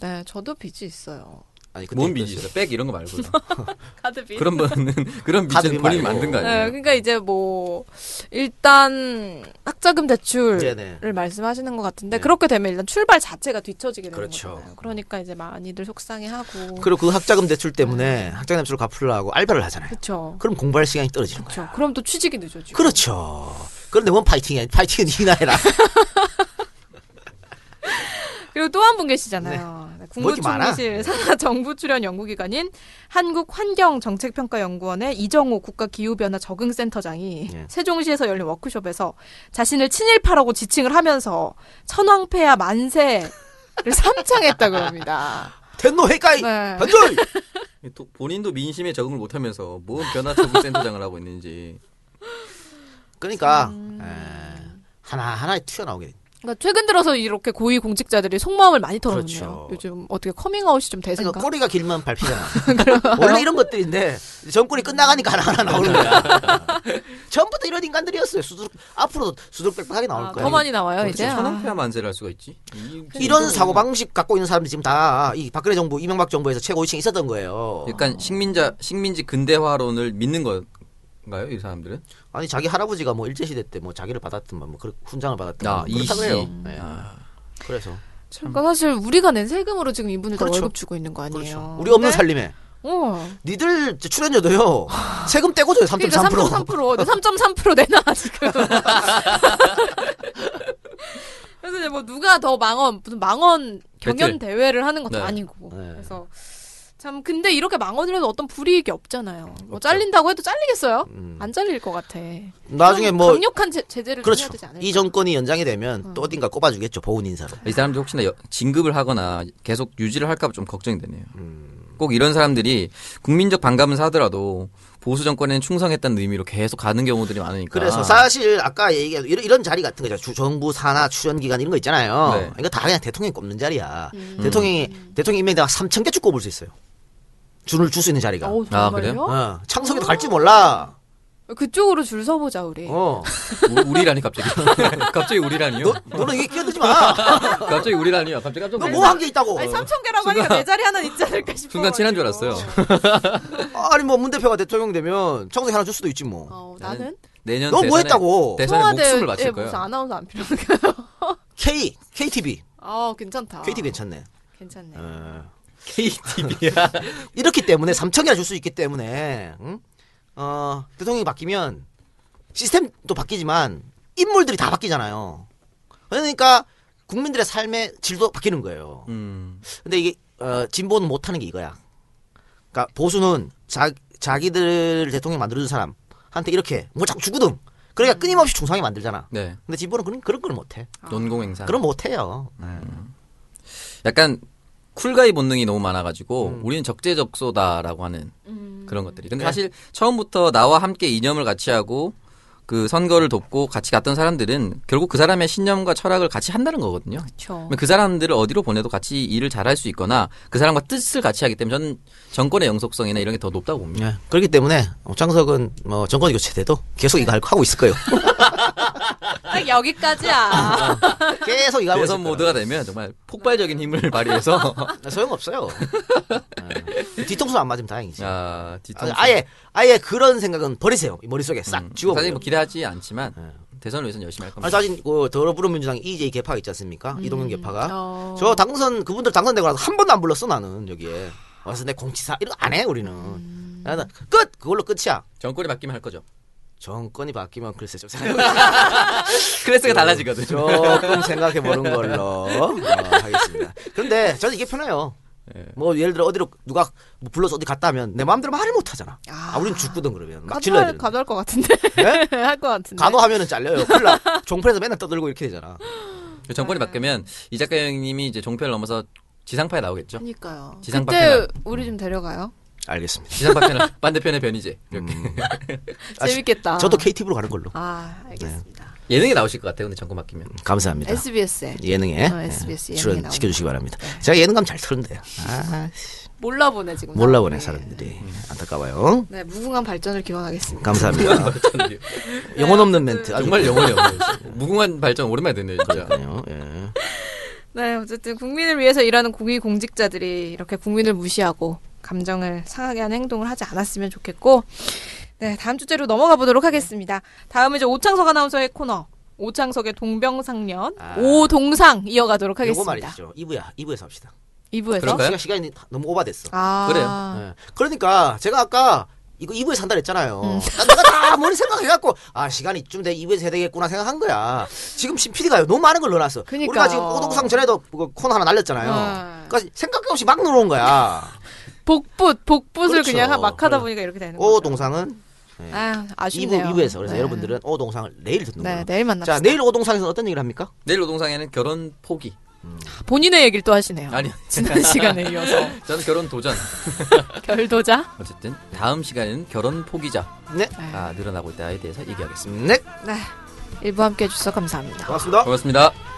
네, 저도 빚이 있어요. 아니 그때 뭔 그- 빚이 있어? 백 이런 거 말고 카드 빚. 그런 분은 그런 카드 빚은 빚 본인이 말고. 만든 거 네, 아니에요? 그러니까 이제 뭐 일단 학자금 대출을 네네. 말씀하시는 것 같은데 네. 그렇게 되면 일단 출발 자체가 뒤처지게 되는 그렇죠. 거잖아요. 그러니까 이제 많이들 속상해하고 그리고 그 학자금 대출 때문에 학자금 대출을 갚으려고 알바를 하잖아요. 그렇죠. 그럼 공부할 시간이 떨어지는 거예요. 그렇죠. 그럼 또 취직이 늦어지고. 그렇죠. 그런데 뭔 파이팅이야? 파이팅은 이나 해라. 그리고 또 한 분 계시잖아요. 네, 뭐 이렇게 많아? 국무총리실 산하 정부 출연 연구기관인 한국환경정책평가연구원의 이정호 국가기후변화 적응센터장이 예. 세종시에서 열린 워크숍에서 자신을 친일파라고 지칭을 하면서 천황폐하 만세를 삼창했다고 합니다. 텐노 해가이 네. 반절. 도- 본인도 민심에 적응을 못하면서 뭔 변화 적응 센터장을 하고 있는지. 그러니까 음. 에, 하나 하나 튀어나오게. 돼. 그러니까 최근 들어서 이렇게 고위 공직자들이 속마음을 많이 털어놓네요. 그렇죠. 요즘 어떻게 커밍아웃이 좀 대세인가? 그러니까 꼬리가 길면 밟히잖아. 원래 이런 것들인데 정권이 끝나가니까 하나 하나 나오는 거야. 전부터 이런 인간들이었어요. 수두룩 앞으로도 수두룩백백하게 나올 아, 거야. 더 많이 네. 나와요 이제. 아. 천황폐하 만세를 할 수가 있지? 이- 이런 사고 방식 갖고 있는 사람들이 지금 다 이 박근혜 정부, 이명박 정부에서 최고 2층에 있었던 거예요. 약간 식민자 식민지 근대화론을 믿는 건가요? 이 사람들은? 아니 자기 할아버지가 뭐 일제 시대 때 뭐 자기를 받았든 뭐 그런 훈장을 받았든 아, 뭐 이씨. 그렇다고 해요. 네. 아. 그래서 그러니까 사실 우리가 낸 세금으로 지금 이분들 다 그렇죠. 월급 주고 있는 거 아니에요. 네? 그렇죠. 우리 없는 근데- 살림에 어. 니들 저 출연료도요. 세금 떼고 줘요. 3.3%. 아. 그러니까 3.3%. 네, 3.3% 내놔 지금. 그래서 이제 뭐 누가 더 망언 무슨 망언 경연 배틀. 대회를 하는 것도 네. 아니고. 네. 그래서 참 근데 이렇게 망언을 해도 어떤 불이익이 없잖아요. 뭐 잘린다고 해도 잘리겠어요? 음. 안 잘릴 것 같아. 나중에 좀 뭐 강력한 제, 제재를 좀 해야 그렇죠. 되지 않을까? 이 정권이 연장이 되면 또 어딘가 꼽아주겠죠. 보훈 인사로. 이 사람들 혹시나 여- 진급을 하거나 계속 유지를 할까 봐 좀 걱정이 되네요. 꼭 이런 사람들이 국민적 반감은 사더라도 보수 정권에는 충성했다는 의미로 계속 가는 경우들이 많으니까. 그래서 사실 아까 얘기한 이런, 이런 자리 같은 거죠. 주- 정부 산하 출연 기관 이런 거 있잖아요. 네. 이거 다 그냥 대통령이 꼽는 자리야. 음. 대통령이 대통령 임명되면 3천 개쭉 꼽을 수 있어요. 준을 줄 수 있는 자리가. 어우, 아, 정말요? 그래요? 네. 어, 창석이도 갈지 몰라. 그쪽으로 줄 서보자 우리. 어. 우- 우리라니 갑자기. 갑자기 우리라니요? 너, 너는 이게 끼어들지 마. 갑자기 우리라니요? 갑자기 깜짝 너 놀랐네. 뭐 한 게 있다고. 아니 3천 개라고 하니까 내 자리 하나 있지 않을까 싶어. 순간 친한 줄 알았어요. 아니 뭐 문 대표가 대통령 되면 창석이 하나 줄 수도 있지 뭐. 어, 나는 내년 너 뭐 대선에- 했다고? 대선에 목숨을 예, 바칠 거예요. 무슨 아나운서 안 필요한가요? K KTV 아 괜찮다. KTV 괜찮네. 괜찮네. 어. KTV야. 이렇기 때문에 3천이나 줄 수 있기 때문에 응? 어, 대통령이 바뀌면 시스템도 바뀌지만 인물들이 다 바뀌잖아요. 그러니까 국민들의 삶의 질도 바뀌는 거예요. 음. 근데 이게 어, 진보는 못하는 게 이거야. 그러니까 보수는 자, 자기들 대통령 만들어준 사람한테 이렇게 뭐 자꾸 주거든. 음. 그러니까 끊임없이 중상이 만들잖아. 네. 근데 진보는 그런 그런 걸 못해. 아. 논공행사. 그럼 못해요. 약간 쿨가이 본능이 너무 많아가지고 음. 우리는 음. 네. 적재적소다라고 하는 그런 것들이. 근데 사실 처음부터 나와 함께 이념을 같이 하고 그 선거를 돕고 같이 갔던 사람들은 결국 그 사람의 신념과 철학을 같이 한다는 거거든요. 그렇죠. 그러면 그 사람들을 어디로 보내도 같이 일을 잘할 수 있거나 그 사람과 뜻을 같이 하기 때문에 저는 정권의 영속성이나 이런 게 더 높다고 봅니다. 예. 그렇기 때문에 옥창석은 뭐 정권 교체돼도 계속 이거 할- 하고 있을 거예요. 아. 딱 여기까지야. 계속 이거 하고 있을 대선 거예요. 모드가 되면 정말 폭발적인 음. 힘을 발휘해서 소용없어요. 예. 뒤통수 안 맞으면 다행이지. 아, 야, 뒤통수. 아예 아예 그런 생각은 버리세요. 이 머릿속에 싹 음, 지워. 사실 뭐 기대하지 않지만 예. 대선을 위해서는 열심히 할 겁니다. 아니, 사실 그 더불어민주당 이재희 개파가 있지 않습니까? 음. 이동현 개파가 어. 저 당선 그분들 당선되고 나서 한 번도 안 불렀어 나는 여기에 와서 내 공치사 이런 거 안 해 우리는 나는 끝 그걸로 끝이야 정권이 바뀌면 할 거죠. 정권이 바뀌면 글쎄 좀 그렇죠. 클래스가 달라지거든요. 조금 생각해 보는 걸로 어, 하겠습니다 그런데 저는 이게 편해요 뭐 예를 들어 어디로 누가 뭐 불러서 어디 갔다 하면 내 마음대로 말을 못 하잖아 아. 아, 우린 죽거든 그러면 막 간호할, 질러야 되는 간호할 것 같은데. 네? 할 것 같은데. 간호하면은 잘려요 큰일 나 종편에서 맨날 떠들고 이렇게 되잖아 그 정권이 바뀌면 이 작가 형님이 이제 종편을 넘어서 지상파에 나오겠죠. 그러니까요. 지상 그때 밖에는. 우리 좀 데려가요. 알겠습니다 지상파편은 반대편의 변이제 이렇게 음. 아, 재밌겠다. 저도 KTV로 가는 걸로 아 알겠습니다. 예능에 나오실 것 같아요. 근데 정권 바뀌면 감사합니다 SBS에 네. 예능에 어, SBS 예능에 네. 출연 나오는 시켜주시기 바랍니다. 제가 예능감 잘 틀는데요. 아, 몰라보네 지금. 몰라보네 사람들이. 사람들이 안타까워요. 네 무궁한 발전을 기원하겠습니다. 네. 감사합니다. 영혼 없는 멘트. 아주 정말 영원히 없네요. 무궁한 발전 오랜만에 듣네요. 진짜. 그렇군요. 예. 네 어쨌든 국민을 위해서 일하는 고위 공직자들이 이렇게 국민을 무시하고 감정을 상하게 하는 행동을 하지 않았으면 좋겠고 네 다음 주제로 넘어가 보도록 하겠습니다. 다음은 이제 오창석 아나운서의 코너. 오창석의 동병상련 아. 오동상 이어가도록 요거 하겠습니다. 말이죠. 이부야, 이부에서 합시다. 2부에서 그럴까요? 시간 시간이 다- 너무 오바됐어. 아 그래요. 예. 그러니까 제가 아까 이거 이부에 산다 그랬잖아요. 음. 난 내가 다 머리 생각해갖고 아 시간이 이쯤 돼 이부에서 해야 되겠구나 생각한 거야. 지금 신 PD가요 너무 많은 걸 넣어놨어. 그러니까요. 우리가 지금 오동상 전에도 그 코너 하나 날렸잖아요. 네. 그러니까 생각 없이 막 넣어놓은 거야. 복붙 복붙을 그렇죠. 그냥막 하다 그래. 보니까 이렇게 되는 거죠. 오 동상은 아, 아쉽네요. 2부, 2부에서 그래서 네. 여러분들은 오동상을 내일 듣는 네, 거예요. 내일 만납시다. 자, 내일 오동상에서 어떤 얘기를 합니까? 내일 노동상에는 결혼 포기. 본인의 얘기를 또 하시네요. 아니요. 지난 시간에 이어서 저는 결혼 도전. 결도자. 어쨌든 다음 시간에는 결혼 포기자가 네. 늘어나고 있다에 대해서 얘기하겠습니다. 네. 네. 일부 함께 해주셔서 감사합니다. 고맙습니다. 고맙습니다.